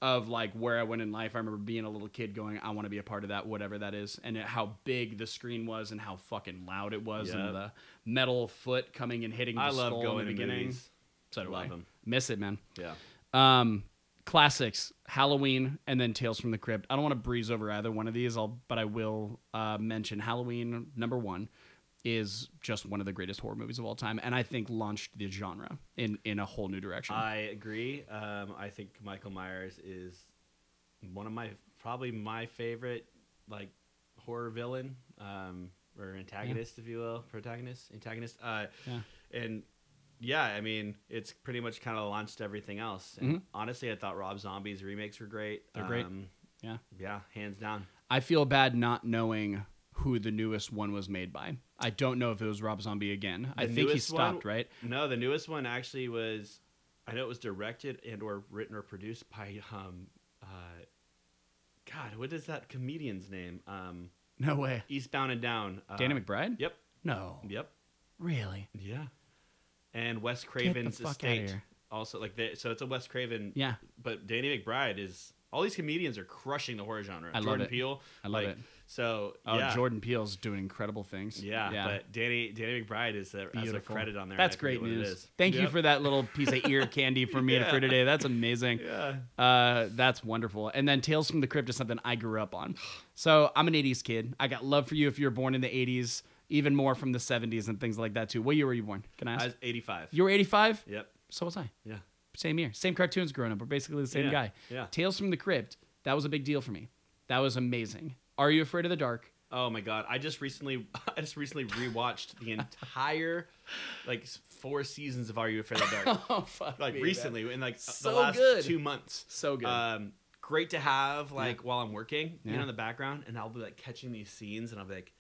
A: of like where I went in life, I remember being a little kid going, "I want to be a part of that, whatever that is," and how big the screen was, and how fucking loud it was,
B: Yep.
A: and the metal foot coming and hitting. The
B: I love
A: skull
B: going
A: in the
B: to
A: beginning.
B: movies.
A: So do
B: Love
A: I.
B: 'em.
A: Miss it, man.
B: Yeah,
A: Um, classics: Halloween and then Tales from the Crypt. I don't want to breeze over either one of these. I'll, but I will uh, mention Halloween number one is just one of the greatest horror movies of all time, and I think launched the genre in in a whole new direction.
B: I agree. Um, I think Michael Myers is one of my probably my favorite like horror villain um, or antagonist, if you will, protagonist, antagonist. Uh,
A: Yeah.
B: And yeah, I mean, it's pretty much kind of launched everything else. And honestly, I thought Rob Zombie's remakes were great.
A: Mm-hmm. They're great.
B: Um,
A: yeah,
B: yeah, hands down.
A: I feel bad not knowing who the newest one was made by. I don't know if it was Rob Zombie again. I
B: The
A: think he
B: newest one-
A: stopped, right?
B: No, the newest one actually was, I know it was directed and or written or produced by, um, uh, God, what is that comedian's name? Um,
A: No way.
B: Eastbound and Down. Uh,
A: Danny McBride?
B: Yep.
A: No.
B: Yep.
A: Really?
B: Yeah. And Wes Craven's
A: fuck outta
B: estate.
A: here.
B: Also, like, they, so it's a Wes Craven.
A: Yeah.
B: But Danny McBride is. All these comedians are crushing the horror genre.
A: I love
B: Jordan
A: it.
B: Peele.
A: I love
B: like,
A: it.
B: So,
A: Oh,
B: yeah.
A: Jordan Peele's doing incredible things.
B: Yeah, but Danny Danny McBride is a, has a
A: Beautiful.
B: credit on there.
A: That's
B: I forget
A: great
B: what it
A: news.
B: is.
A: Thank you
B: Yep.
A: for that little piece of ear candy for me
B: Yeah.
A: for today. That's amazing.
B: Yeah.
A: Uh, that's wonderful. And then Tales from the Crypt is something I grew up on. So I'm an 80s kid. I got love for you if you were born in the 80s, even more from the 70s and things like that too. What year were you born? Can I
B: I
A: ask?
B: was 85.
A: you were 85?
B: Yep.
A: So was I.
B: Yeah.
A: Same year. Same cartoons growing up. We're basically the same
B: Yeah.
A: guy.
B: Yeah.
A: Tales from the Crypt, that was a big deal for me. That was amazing. Are You Afraid of the Dark?
B: Oh my god! I just recently, I just recently rewatched the entire, like s- four seasons of Are You Afraid of the Dark?
A: Oh, fuck.
B: Like
A: me, man.
B: recently, in like
A: So
B: the last
A: good.
B: two months.
A: So good.
B: Um, great to have like while I'm working, you
A: Yeah.
B: know, in the background, and I'll be like catching these scenes, and I'll be like,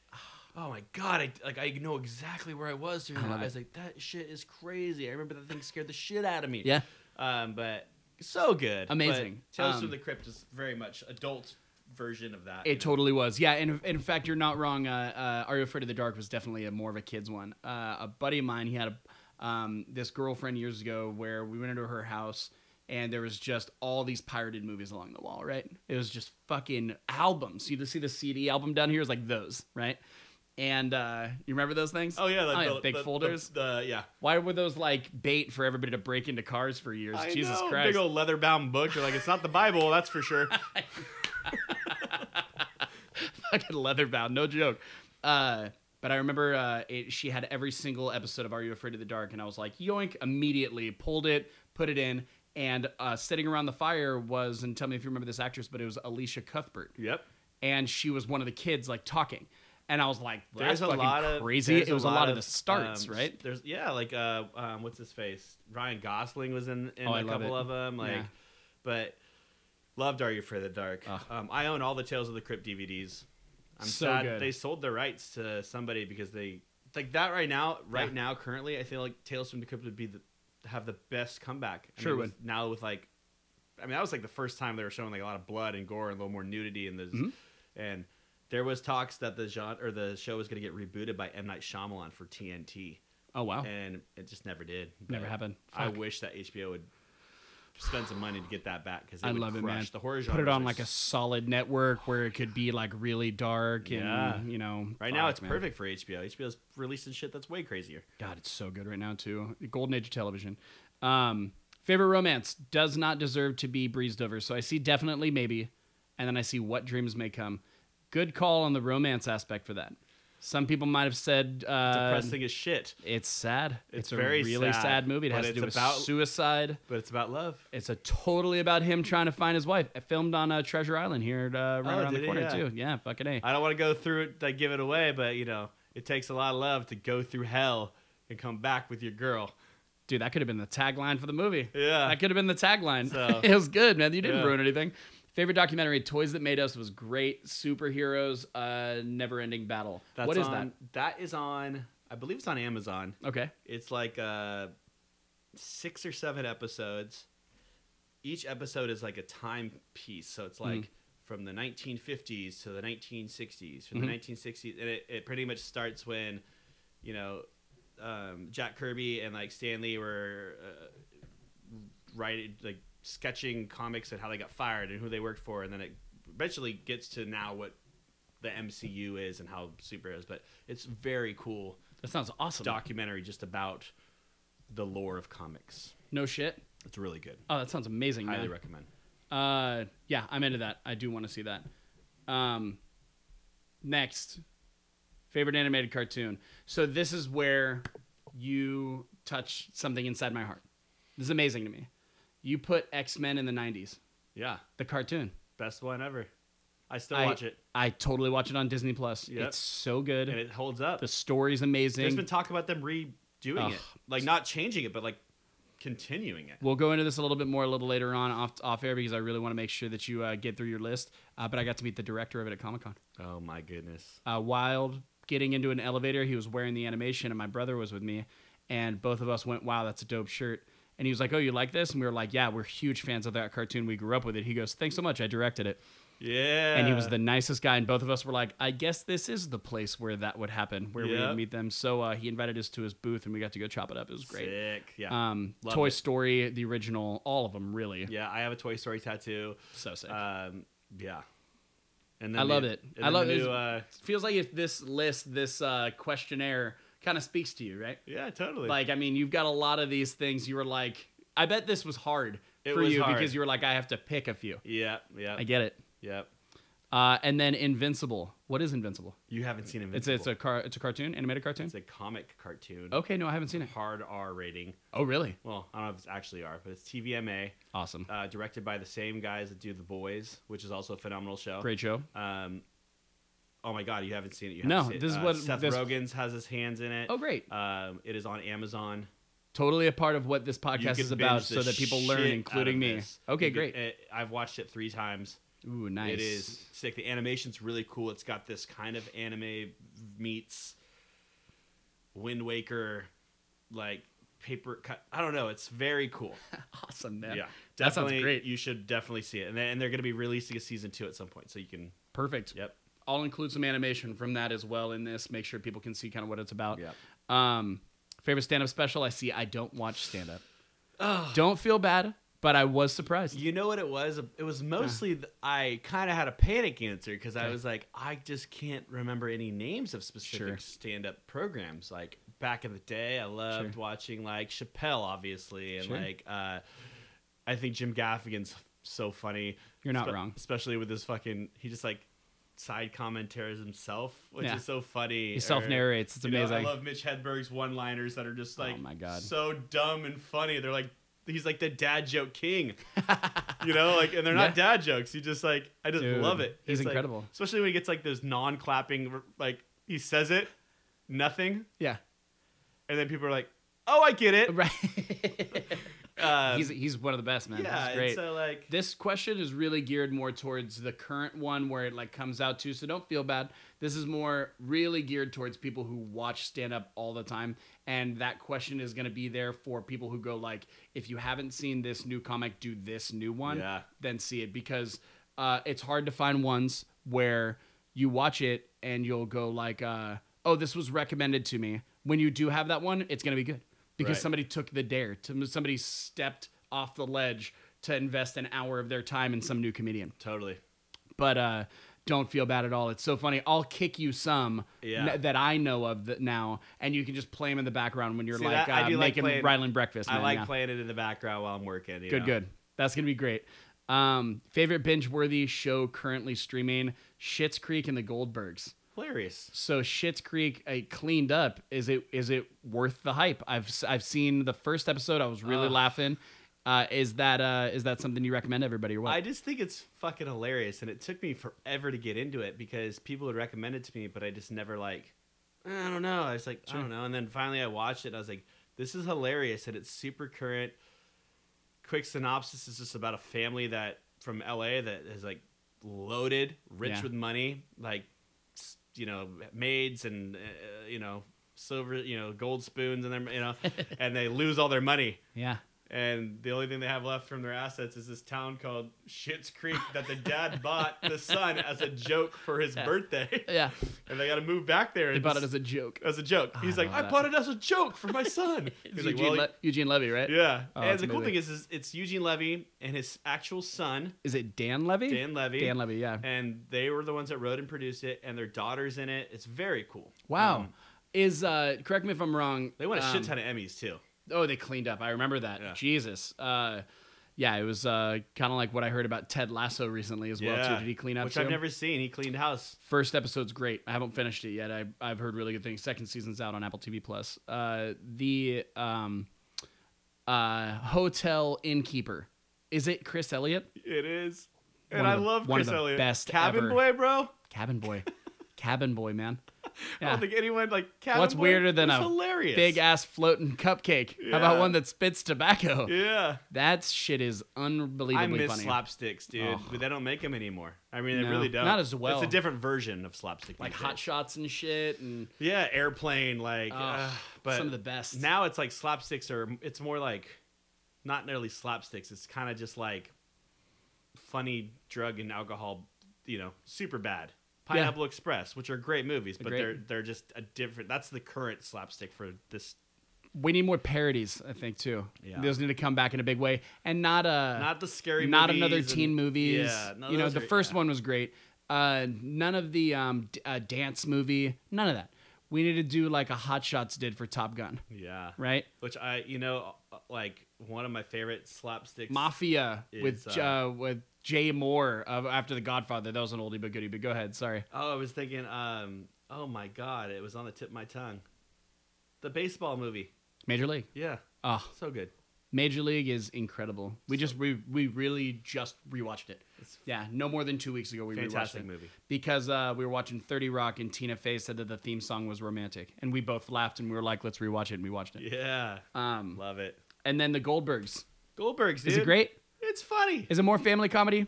B: oh my god, I like I know exactly where I was during
A: I
B: that.
A: love
B: I
A: it.
B: was like, that shit is crazy. I remember that thing scared the shit out of me.
A: Yeah.
B: Um, but so good, But
A: Amazing.
B: Tales from
A: Um,
B: the Crypt is very much adult version of that. you know?
A: It totally was. Yeah, and, and in fact, you're not wrong. Uh, uh, Are You Afraid of the Dark was definitely a more of a kids one. Uh, a buddy of mine, he had a, um, this girlfriend years ago where we went into her house and there was just all these pirated movies along the wall. Right, it was just fucking albums. You just see the CD album down here is like those, right? And uh, you remember those things?
B: Oh yeah, like the,
A: big
B: the-
A: folders.
B: The, the- yeah,
A: Why were those like bait for everybody to break into cars for years?
B: I
A: Jesus
B: know,
A: Christ!
B: big old leather bound book. You're like, it's not the Bible, that's for sure.
A: fucking leather bound, no joke. Uh, but I remember uh, it, she had every single episode of Are You Afraid of the Dark, and I was like, yoink, immediately pulled it, put it in, and uh, sitting around the fire was, and tell me if you remember this actress, but it was Alicia Cuthbert,
B: yep.
A: and she was one of the kids like talking, and I was like,
B: There's
A: that's
B: a
A: fucking
B: lot of
A: crazy.
B: there's
A: It was a lot of, the starts,
B: um,
A: right?
B: There's yeah, like uh, um, what's his face? Ryan Gosling was in in
A: Oh, I
B: a
A: love
B: couple
A: it.
B: of them. Like,
A: Yeah.
B: but loved Are You Afraid of the Dark?
A: Ugh.
B: Um, I own all the Tales of the Crypt DVDs. I'm
A: So
B: sad
A: good.
B: they sold their rights to somebody because they like that right now. Right
A: Yeah.
B: now, currently, I feel like Tales from the Crypt would be the have the best comeback. I
A: Sure
B: mean,
A: would.
B: with- now with like I mean, that was like the first time they were showing like a lot of blood and gore and a little more nudity and this,
A: Mhm.
B: and there was talks that the genre or the show was going to get rebooted by M Night Shyamalan for TNT,
A: Oh wow,
B: and it just never did.
A: never
B: But
A: happened.
B: I
A: Fuck.
B: wish that HBO would spend some money to get that back because
A: I
B: would
A: love it,
B: crush.
A: man.
B: The horror genre
A: Put it on like a solid network where it could be like really dark and
B: Yeah.
A: you know.
B: right now
A: fuck,
B: it's
A: man.
B: perfect for HBO. HBO's releasing shit that's way crazier.
A: God, it's so good right now too. Golden age of television. Um, favorite romance does not deserve to be breezed over. So I see definitely maybe, and then I see what dreams may come. Good call on the romance aspect for that. Some people might have said uh,
B: Depressing as shit,
A: it's sad. It's,
B: It's
A: a
B: very
A: really sad,
B: sad,
A: movie. It
B: but
A: has to
B: it's
A: do with
B: about-
A: suicide.
B: but it's about love.
A: It's a totally about him trying to find his wife. It filmed on uh, Treasure Island here, uh, right
B: Oh,
A: around the
B: did it?
A: corner
B: Yeah.
A: too. Yeah, fucking a.
B: I don't want to go through it, like give it away, but you know, it takes a lot of love to go through hell and come back with your girl.
A: Dude, that could have been the tagline for the movie.
B: Yeah.
A: That could have been the tagline.
B: So-
A: it was good, man. You didn't
B: Yeah.
A: ruin anything. Favorite documentary, Toys That Made Us, was great. Superheroes, uh, Never Ending Battle.
B: That's
A: what is
B: on, that? That is on, I believe it's on Amazon.
A: that? Okay.
B: It's like uh, six or seven episodes. Each episode is like a time piece. So it's like from the 1950s to the 1960s, from
A: Mhm.
B: the 1960s. And it, it pretty much starts when, you know, um, Jack Kirby and like Stan Lee were uh, writing, like sketching comics and how they got fired and who they worked for. And then it eventually gets to now what the MCU is and how superheroes. But it's very cool
A: That sounds awesome.
B: documentary just about the lore of comics.
A: No shit.
B: It's really good.
A: Oh, that sounds amazing,
B: Highly
A: man.
B: recommend.
A: Uh, yeah, I'm into that. I do want to see that. Um, next, favorite animated cartoon. So this is where you touch something inside my heart. This is amazing to me. You put X Men in the '90s,
B: Yeah,
A: the cartoon.
B: best one ever. I still
A: I-
B: watch it,
A: I totally watch it on Disney Plus.
B: Yep.
A: It's so good.
B: and it holds up.
A: the story's amazing.
B: There's been talk about them redoing
A: Ugh.
B: it, like not changing it, but like continuing it.
A: We'll go into this a little bit more a little later on off off air because I really want to make sure that you uh, get through your list. Uh, but I got to meet the director of it at Comic Con.
B: Oh my goodness!
A: Uh, Wild getting into an elevator, he was wearing the animation, and my brother was with me, and both of us went, "Wow, that's a dope shirt." And he was like, "Oh, you like this?" And we were like, "Yeah, we're huge fans of that cartoon. We grew up with it." He goes, "Thanks so much. I directed it."
B: Yeah,
A: and he was the nicest guy and both of us were like i guess this is the place where that would happen where we
B: Yeah.
A: would meet them so uh, he invited us to his booth and we got to go chop it up it was great
B: Sick. Yeah,
A: um,
B: Love
A: toy
B: it.
A: story the original all of them really
B: yeah. I have a Toy Story tattoo.
A: so sick
B: Um, yeah, and
A: I love
B: the-
A: it.
B: and
A: I
B: then
A: love
B: the
A: it.
B: new, uh,
A: feels like if this list this uh, questionnaire kind of speaks to you right
B: yeah, totally.
A: like i mean you've got a lot of these things you were like i bet this was hard
B: It
A: for
B: was
A: you
B: hard.
A: because you were like i have to pick a few
B: yeah, yeah,
A: i get it
B: yeah.
A: uh, and then invincible what is invincible
B: You haven't seen
A: it's
B: Invincible.
A: a, it's a car it's a cartoon animated cartoon
B: it's a comic cartoon.
A: okay no i haven't seen it
B: hard R rating.
A: oh really
B: Well, I don't know if it's actually R, but it's TVMA,
A: awesome
B: uh, directed by the same guys that do The Boys, which is also a phenomenal show.
A: Great show.
B: Um, oh my God, you haven't seen it. You have
A: No,
B: to see it.
A: this Oh. is
B: Uh,
A: what-
B: Seth
A: this-
B: Rogen's has his hands in it.
A: Oh, great.
B: Um, it is on Amazon.
A: Uh, totally a part of what this
B: You
A: podcast
B: can
A: is about,
B: binge
A: so
B: the
A: that people learn,
B: shit out
A: including
B: of
A: me.
B: this.
A: Okay,
B: You can-
A: great.
B: it- I've watched it three times.
A: Ooh, nice.
B: It is sick. The animation's really cool. It's got this kind of anime meets Wind Waker, like paper cut. I don't know. It's very cool.
A: awesome,
B: Yeah,
A: man. That sounds
B: Definitely,
A: great.
B: You should definitely see it. And, they- and they're going to be releasing a season two at some point, so you can.
A: Perfect.
B: Yep.
A: I'll include some animation from that as well in this. Make sure people can see kind of what it's about.
B: Yep.
A: Um, favorite stand-up special? I see. I don't watch stand-up. Don't feel bad, but I was surprised.
B: Ah. You know what it was? It was mostly th- I kind of had a panic answer because I
A: Okay.
B: was like, I just can't remember any names of specific
A: Sure.
B: stand-up programs. Like back in the day, I loved
A: Sure.
B: watching like Chappelle, obviously, and
A: Sure.
B: like uh, I think Jim Gaffigan's f- so funny.
A: You're not
B: Spe-
A: wrong.
B: especially with his fucking. He just like side commentaries himself, which
A: Yeah.
B: is so funny.
A: He
B: or-
A: self-narrates. It's
B: you know,
A: amazing.
B: I love Mitch Hedberg's one-liners that are just
A: Oh
B: like
A: my God.
B: so dumb and funny. They're like he's like the dad joke king. you know, like and they're not dad jokes. He just like I just
A: Dude,
B: love it.
A: he's
B: It's, like-
A: incredible.
B: especially when he gets like those non-clapping like he says it nothing
A: yeah.
B: and then people are like, "Oh, I get it."
A: Right.
B: Um,
A: he's he's one of the best, man.
B: yeah,
A: He's
B: and
A: great.
B: so like
A: this question is really geared more towards the current one where it like comes out too so don't feel bad this is more really geared towards people who watch stand up all the time and that question is going to be there for people who go like if you haven't seen this new comic do this new one
B: Yeah.
A: then see it because uh, it's hard to find ones where you watch it and you'll go like uh, oh this was recommended to me when you do have that one it's going to be good because
B: Right.
A: somebody took the dare to somebody stepped off the ledge to invest an hour of their time in some new comedian
B: totally.
A: but uh don't feel bad at all it's so funny i'll kick you some
B: Yeah.
A: n- that i know of that now and you can just play them in the background when you're
B: See,
A: like
B: that- I
A: uh,
B: do like
A: making
B: playing-
A: ryland breakfast
B: I
A: man,
B: like
A: yeah.
B: playing it in the background while I'm working. you
A: good
B: know?
A: good that's gonna be great um favorite binge worthy show currently streaming Shits creek and the goldbergs
B: Hilarious.
A: so Shit's Creek uh, cleaned up. Is it is it worth the hype? I've s- I've seen the first episode. I was really
B: Ugh.
A: laughing. Uh, is that uh, is that something you recommend everybody or what?
B: I just think it's fucking hilarious, and it took me forever to get into it because people would recommend it to me, but I just never like, "Eh, I don't know. I was like, I
A: Sure.
B: don't know, and then finally I watched it, and I was like, this is hilarious, and it's super current. Quick synopsis is just about a family that from LA that is like loaded, rich
A: Yeah.
B: with money, like s- you know maids and uh, you know silver, you know gold spoons, and their you know, and they lose all their money
A: yeah,
B: and the only thing they have left from their assets is this town called Shit's Creek that the dad bought the son as a joke for his birthday,
A: yeah.
B: and they got to move back there.
A: They
B: and
A: bought it
B: s-
A: as a joke.
B: as a joke.
A: Ah,
B: He's
A: I
B: like,
A: love
B: I
A: that.
B: bought it as a joke for my son. He's like,
A: Eugene,
B: well,
A: Le- Eugene Levy, right?
B: yeah.
A: Oh,
B: and
A: that's
B: the cool
A: amazing.
B: thing is, is, it's Eugene Levy and his actual son
A: Is it Dan Levy?
B: Dan Levy.
A: Hmm. Dan Levy, yeah.
B: And they were the ones that wrote and produced it, and their daughter's in it. It's very cool.
A: Wow.
B: Um,
A: is uh, correct me if I'm wrong.
B: they won a
A: um,
B: shit ton of Emmys too.
A: Oh, they cleaned up. I remember that.
B: Yeah.
A: Jesus. Uh, yeah, it was uh, kind of like what I heard about Ted Lasso recently as well. Too. Did he clean up?
B: Which
A: too?
B: I've never seen. He cleaned house.
A: First episode's great. I haven't finished it yet. I, I've heard really good things. Second season's out on Apple TV Plus. Uh, the um, uh, hotel innkeeper. Is it Chris Elliott?
B: It is.
A: One
B: And
A: of
B: I
A: the-
B: love
A: one of
B: Chris
A: the
B: Elliott.
A: best
B: Cabin
A: ever.
B: Boy, bro.
A: Cabin boy. Cabin boy, man.
B: I
A: Yeah.
B: don't think anyone like Cabin
A: What's
B: Boy
A: weirder than
B: was
A: a
B: hilarious.
A: Big ass floating cupcake. How
B: Yeah.
A: about one that spits tobacco?
B: Yeah.
A: That shit is
B: I
A: unbelievably
B: miss
A: funny.
B: slapsticks, dude,
A: Oh.
B: but they don't make them anymore. I mean,
A: No,
B: they really don't.
A: not as well.
B: It's a different version of slapstick.
A: like
B: these
A: hot
B: days.
A: shots and shit, and
B: Yeah, airplane. Like,
A: Oh,
B: uh, but
A: some of the best.
B: now it's like slapsticks are. It's more like, not nearly slapsticks. It's kind of just like, funny drug and alcohol. You know, super bad. Pineapple Express, which are great movies, but
A: Great.
B: they're they're just a different. That's the current slapstick for this.
A: we need more parodies, I think too.
B: Yeah.
A: Those need to come back in a big way, and not uh,
B: Not the scary.
A: not
B: movies
A: another
B: and-
A: teen movies.
B: Yeah, no,
A: you know,
B: those
A: the
B: are-
A: first
B: yeah.
A: one was great. Uh, none of the um, d- uh, dance movie, none of that. We need to do like a Hot Shots did for Top Gun,
B: Yeah.
A: right?
B: Which I, you know, uh, like one of my favorite slapsticks.
A: Mafia with
B: It's,
A: uh,
B: uh,
A: with Jay Moore of after The Godfather. That was an oldie but goodie. But go ahead, sorry.
B: Oh, I was thinking, um, oh my God, it was on the tip of my tongue. The baseball movie.
A: Major League.
B: Yeah.
A: Oh,
B: So good.
A: Major League is incredible. We just we we really just rewatched it.
B: It's
A: Yeah, no more than two weeks ago we rewatched
B: fantastic
A: it
B: movie.
A: because uh, we were watching Thirty Rock and Tina Fey said that the theme song was romantic, and we both laughed and we were like, "Let's rewatch it," and we watched it.
B: Yeah,
A: Um,
B: love it.
A: and then the Goldbergs.
B: Goldberg's dude.
A: Is it great?
B: It's funny.
A: Is it more family comedy?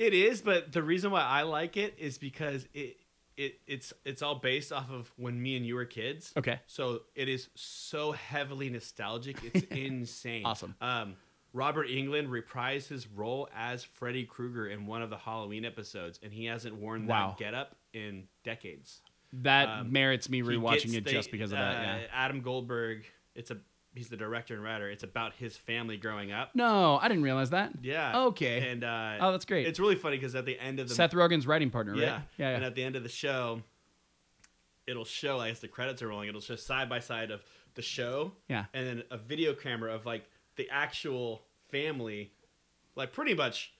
B: It is, but the reason why I like it is because it it it's it's all based off of when me and you were kids.
A: Okay.
B: So it is so heavily nostalgic. It's insane.
A: Awesome.
B: Um, Robert England reprised his role as Freddy Krueger in one of the Halloween episodes, and he hasn't worn
A: Wow.
B: that getup in decades.
A: That
B: Um,
A: merits me
B: He
A: rewatching
B: gets
A: it
B: the-
A: just because of that.
B: uh,
A: Yeah.
B: Adam Goldberg. It's a he's the director and writer. It's about his family growing up.
A: No, I didn't realize that.
B: Yeah.
A: Okay.
B: And uh,
A: oh, that's great.
B: it's really funny because at the end of the
A: Seth Rogen's writing partner,
B: yeah.
A: right? Yeah.
B: And
A: yeah.
B: at the end of the show, it'll show as the credits are rolling. It'll show side by side of the show
A: Yeah.
B: and then a video camera of like the actual family, like pretty much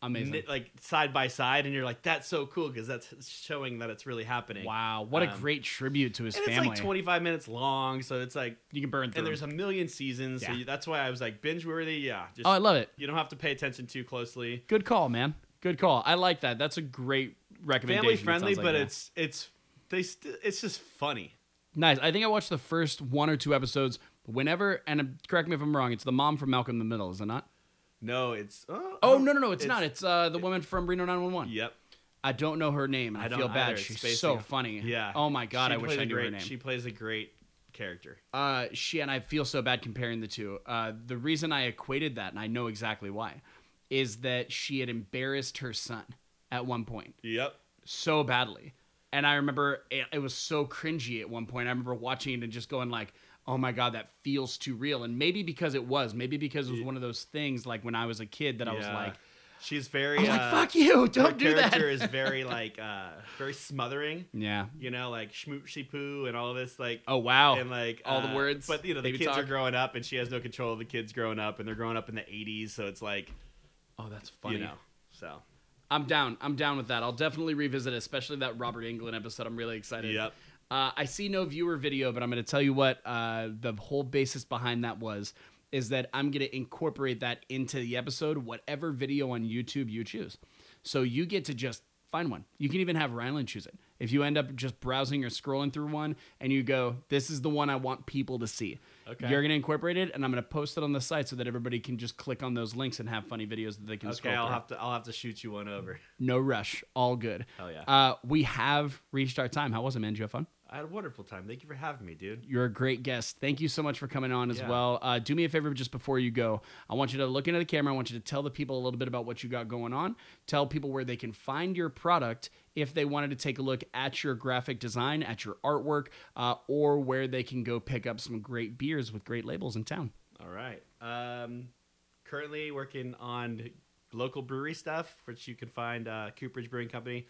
A: Amazing.
B: knit- like side by side, and you're like, that's so cool because that's showing that it's really happening.
A: Wow, what a
B: Um,
A: great tribute to his
B: And it's
A: family.
B: like 25 minutes long, so it's like,
A: you can burn through.
B: and there's a million seasons, so
A: Yeah.
B: you, that's why I was like binge worthy. Yeah, just
A: oh, I love it.
B: you don't have to pay attention too closely.
A: Good call, man. Good call. I like that. That's a great recommendation.
B: Family
A: it
B: friendly,
A: sounds like,
B: but
A: yeah.
B: it's it's they st- it's just funny.
A: nice. I think I watched the first one or two episodes. Whenever, and uh, correct me if I'm wrong, it's the mom from Malcolm in the Middle, is it not?
B: No, it's oh,
A: Oh no, no, no, it's, not. It's uh, the woman from Reno 911.
B: yep.
A: I don't know her name. and I,
B: I don't
A: feel
B: either.
A: bad.
B: It's
A: She's
B: spacing
A: so
B: out.
A: funny.
B: Yeah.
A: Oh my god,
B: She
A: I wish
B: plays
A: I
B: a
A: knew
B: great,
A: her name.
B: She plays a great character.
A: uh, she and I feel so bad comparing the two. Uh, the reason I equated that, and I know exactly why, is that she had embarrassed her son at one point
B: Yep.
A: so badly, and I remember it, it was so cringy at one point. I remember watching it and just going like, "Oh my god, that feels too real." And maybe because it was, maybe because it was one of those things like when I was a kid that I was like,
B: she's
A: "I
B: very.
A: was
B: uh,
A: like, fuck you,
B: her
A: don't do that."
B: character is very like uh very smothering.
A: yeah.
B: You know, like shmoochy poo and all this like.
A: Oh wow.
B: And like
A: all the
B: uh,
A: words,
B: but you know the
A: baby
B: kids are
A: talk.
B: growing up, and she has no control of the kids growing up, and they're growing up in the '80s, so it's like
A: oh, that's funny.
B: you know, so
A: I'm down. I'm down with that. I'll definitely revisit, it, especially that Robert England episode. I'm really excited.
B: Yep.
A: Uh, I see no viewer video, but I'm going to tell you what uh, the whole basis behind that was is that I'm going to incorporate that into the episode, whatever video on YouTube you choose. So you get to just find one. You can even have Rylan choose it. If you end up just browsing or scrolling through one and you go, this is the one I want people to see.
B: Okay.
A: You're going to incorporate it and I'm going to post it on the site so that everybody can just click on those links and have funny videos that they can
B: okay,
A: scroll
B: I'll
A: through.
B: have to I'll have to shoot you one over.
A: No rush. All good.
B: Hell yeah.
A: Uh, we have reached our time. How was it, man? Did you have fun?
B: I had a wonderful time. Thank you for having me, dude.
A: You're a great guest. Thank you so much for coming on as
B: Yeah.
A: well. Uh, do me a favor just before you go. I want you to look into the camera. I want you to tell the people a little bit about what you got going on. Tell people where they can find your product if they wanted to take a look at your graphic design, at your artwork, uh, or where they can go pick up some great beers with great labels in town.
B: All right. Um, currently working on local brewery stuff, which you can find uh, Cooperage Brewing Company.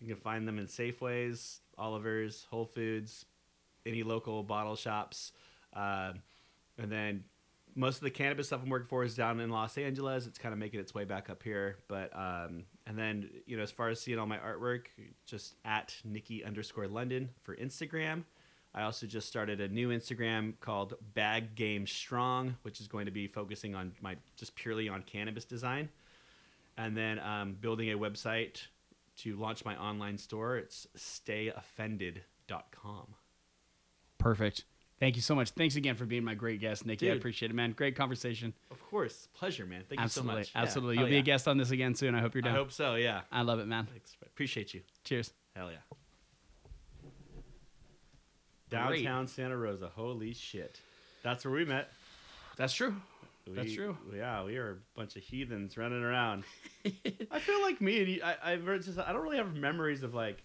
B: You can find them in Safeways, Oliver's, Whole Foods, any local bottle shops, uh, and then most of the cannabis stuff I'm working for is down in Los Angeles. It's kind of making its way back up here, but um, and then you know as far as seeing all my artwork, just at Nikki underscore London for Instagram. I also just started a new Instagram called Bag Game Strong, which is going to be focusing on my just purely on cannabis design, and then um, building a website to launch my online store. It's stayoffended.com.
A: Perfect. Thank you so much. Thanks again for being my great guest, Nikki. I
B: Dude.
A: appreciate it, man. Great conversation.
B: Of course, pleasure, man. Thank
A: Absolutely.
B: you so much. Yeah.
A: Absolutely.
B: Oh,
A: You'll be
B: yeah.
A: a guest on this again soon. I hope you're
B: I
A: down.
B: hope so. Yeah.
A: I love it, man.
B: Thanks. Appreciate you.
A: Cheers.
B: Hell yeah.
A: Great.
B: Downtown Santa Rosa. Holy shit. That's where we met.
A: That's true.
B: We,
A: That's true.
B: Yeah, we are a bunch of heathens running around. I feel like me and you, I, I've heard this- I don't really have memories of like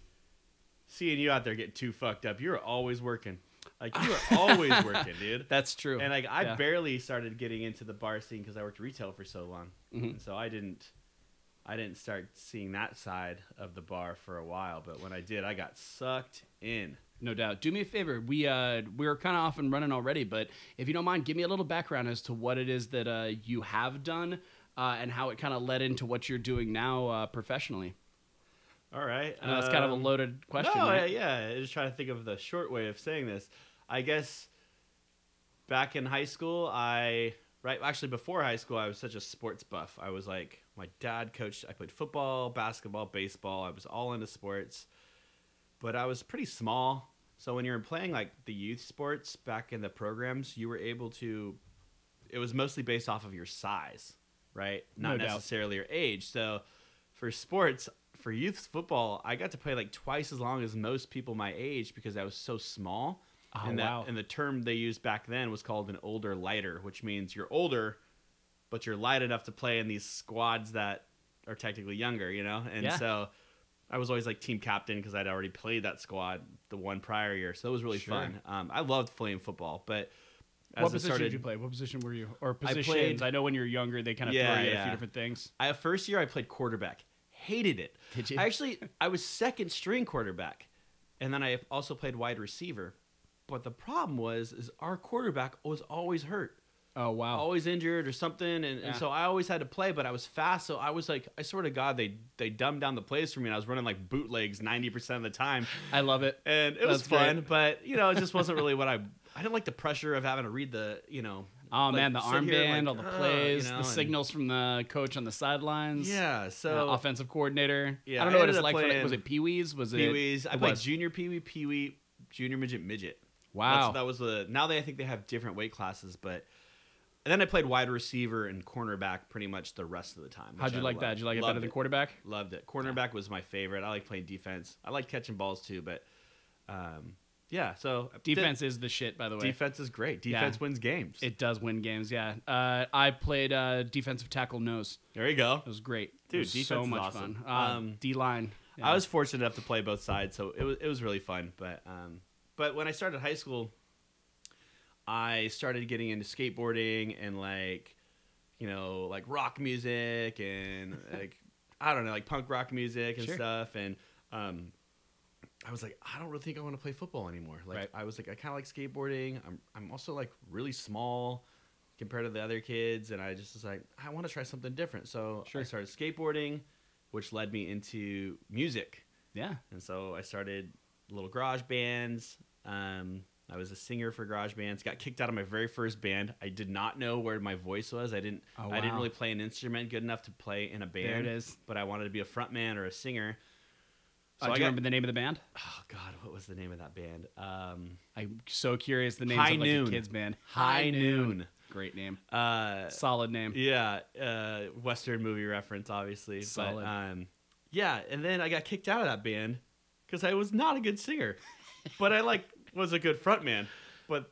B: seeing you out there getting too fucked up. You're always working. Like you are always working, dude.
A: That's true.
B: And like I
A: Yeah.
B: barely started getting into the bar scene because I worked retail for so long,
A: Mhm.
B: and so I didn't, I didn't start seeing that side of the bar for a while. But when I did, I got sucked in.
A: no doubt. Do me a favor. We uh we're kind of off and running already, but if you don't mind, give me a little background as to what it is that uh you have done uh, and how it kind of led into what you're doing now uh, professionally.
B: All right,
A: I know that's kind of a
B: um,
A: loaded question.
B: No,
A: right?
B: I- yeah, I was trying to think of the short way of saying this. I guess back in high school, I right actually before high school, I was such a sports buff. I was like my dad coached. I played football, basketball, baseball. I was all into sports, but I was pretty small. So when you're playing like the youth sports back in the programs, you were able to. It was mostly based off of your size, right? Not
A: No doubt.
B: necessarily your age. So for sports, for youth football, I got to play like twice as long as most people my age because I was so small
A: Oh,
B: and that
A: wow.
B: and the term they used back then was called an older lighter, which means you're older, but you're light enough to play in these squads that are technically younger, you know. And
A: Yeah.
B: so I was always like team captain because I'd already played that squad the one prior year, so it was really
A: Sure.
B: fun. Um, I loved playing football, but as
C: what
B: I
C: position
B: started,
C: did you play? What position were you? Or
B: played-
C: positions? I, know when you're younger, they kind of
B: Yeah,
C: throw you at a
B: yeah.
C: few different things.
B: I first year I played quarterback, hated it.
A: Did you?
B: I actually I was second string quarterback, and then I also played wide receiver. But the problem was is our quarterback was always hurt.
C: Oh wow!
B: always injured or something, and,
A: Yeah.
B: and so I always had to play, but I was fast, so I was like, I swear to God, they they dumbed down the plays for me, and I was running like bootlegs ninety percent of the time,
A: I love it.
B: and it was
A: That's
B: fun,
A: great.
B: but you know, it just wasn't really what I I didn't like the pressure of having to read the you know
A: Oh
B: like,
A: man, the
B: sit here
A: armband,
B: and,
A: all
B: like,
C: uh,
A: the
B: "Ugh," you
A: plays,
B: know,
A: the
B: and-
A: signals from the coach on the sidelines.
B: yeah,
A: uh,
B: so
A: offensive coordinator.
B: Yeah,
A: I
B: I
A: don't know
B: ended
A: what it's
B: up
A: like. For,
B: playing
A: was it Pee Wee's? Was it
B: Pee Wee's, I
A: it
B: played
A: was.
B: junior Pee Wee, Pee Wee, junior midget, midget.
A: Wow.
B: That's, that was the now they I think they have different weight classes, but and then I played wide receiver and cornerback pretty much the rest of the time.
A: How'd
B: which
A: you
B: I
A: like that?
B: loved.
A: Did you like it
B: Loved
A: better than quarterback?
B: Loved it. Cornerback was my favorite. I like playing defense. I like catching balls too, but um, yeah. So
A: Defense is the shit, by the way.
B: defense is great.
A: Yeah.
B: Defense wins games.
A: It does win games, yeah. Uh, I played uh, defensive tackle nose.
B: there you go.
A: It was great.
B: Dude,
A: it was
B: defense
A: so
B: is
A: much
B: awesome.
A: fun. Uh,
B: Um,
A: D line.
B: I was fortunate enough to play both sides, so it was it was really fun. But um, but when I started high school, I started getting into skateboarding and like, you know, like rock music and like I don't know, like punk rock music and
A: Sure.
B: stuff. And um, I was like, I don't really think I want to play football anymore. Like
A: Right.
B: I was like, I kind of like skateboarding. I'm I'm also like really small compared to the other kids, and I just was like, I want to try something different. So I
A: Sure.
B: started skateboarding, which led me into music.
A: yeah.
B: And so I started little garage bands. Um, I was a singer for garage bands. Got kicked out of my very first band. I did not know where my voice was. I didn't.
A: Oh,
B: I didn't
A: wow.
B: really play an instrument good enough to play in a band.
A: There it is.
B: But I wanted to be a frontman or a singer. So
A: Uh, do
B: I
A: you
B: got,
A: remember the name of the band?
B: oh God, what was the name of that band? Um,
A: I'm so curious the names
B: High
A: of like
B: Noon.
A: a kids band.
B: High Noon.
A: Great name.
B: Uh,
A: Solid name.
B: yeah, uh, Western movie reference, obviously.
A: Solid.
B: But um, yeah, and then I got kicked out of that band because I was not a good singer, but I like was a good frontman. But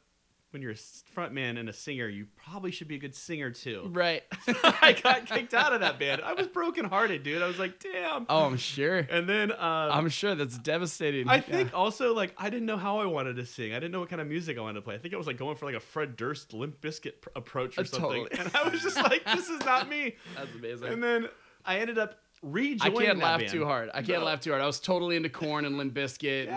B: when you're a s- frontman and a singer, you probably should be a good singer too.
A: Right.
B: I got kicked out of that band. I was brokenhearted, dude. I was like, damn.
A: Oh, I'm sure.
B: And then um,
A: I'm sure that's devastating.
B: I
A: Yeah.
B: think also like I didn't know how I wanted to sing. I didn't know what kind of music I wanted to play. I think I was like going for like a Fred Durst Limp Biscuit pr- approach or
A: Uh,
B: something.
A: totally.
B: And I was just like, this is not me.
A: that's amazing.
B: And then I ended up rejoining.
A: I can't
B: that
A: laugh
B: band.
A: too hard. I can't
B: No.
A: laugh too hard. I was totally into corn and Limp Bizkit.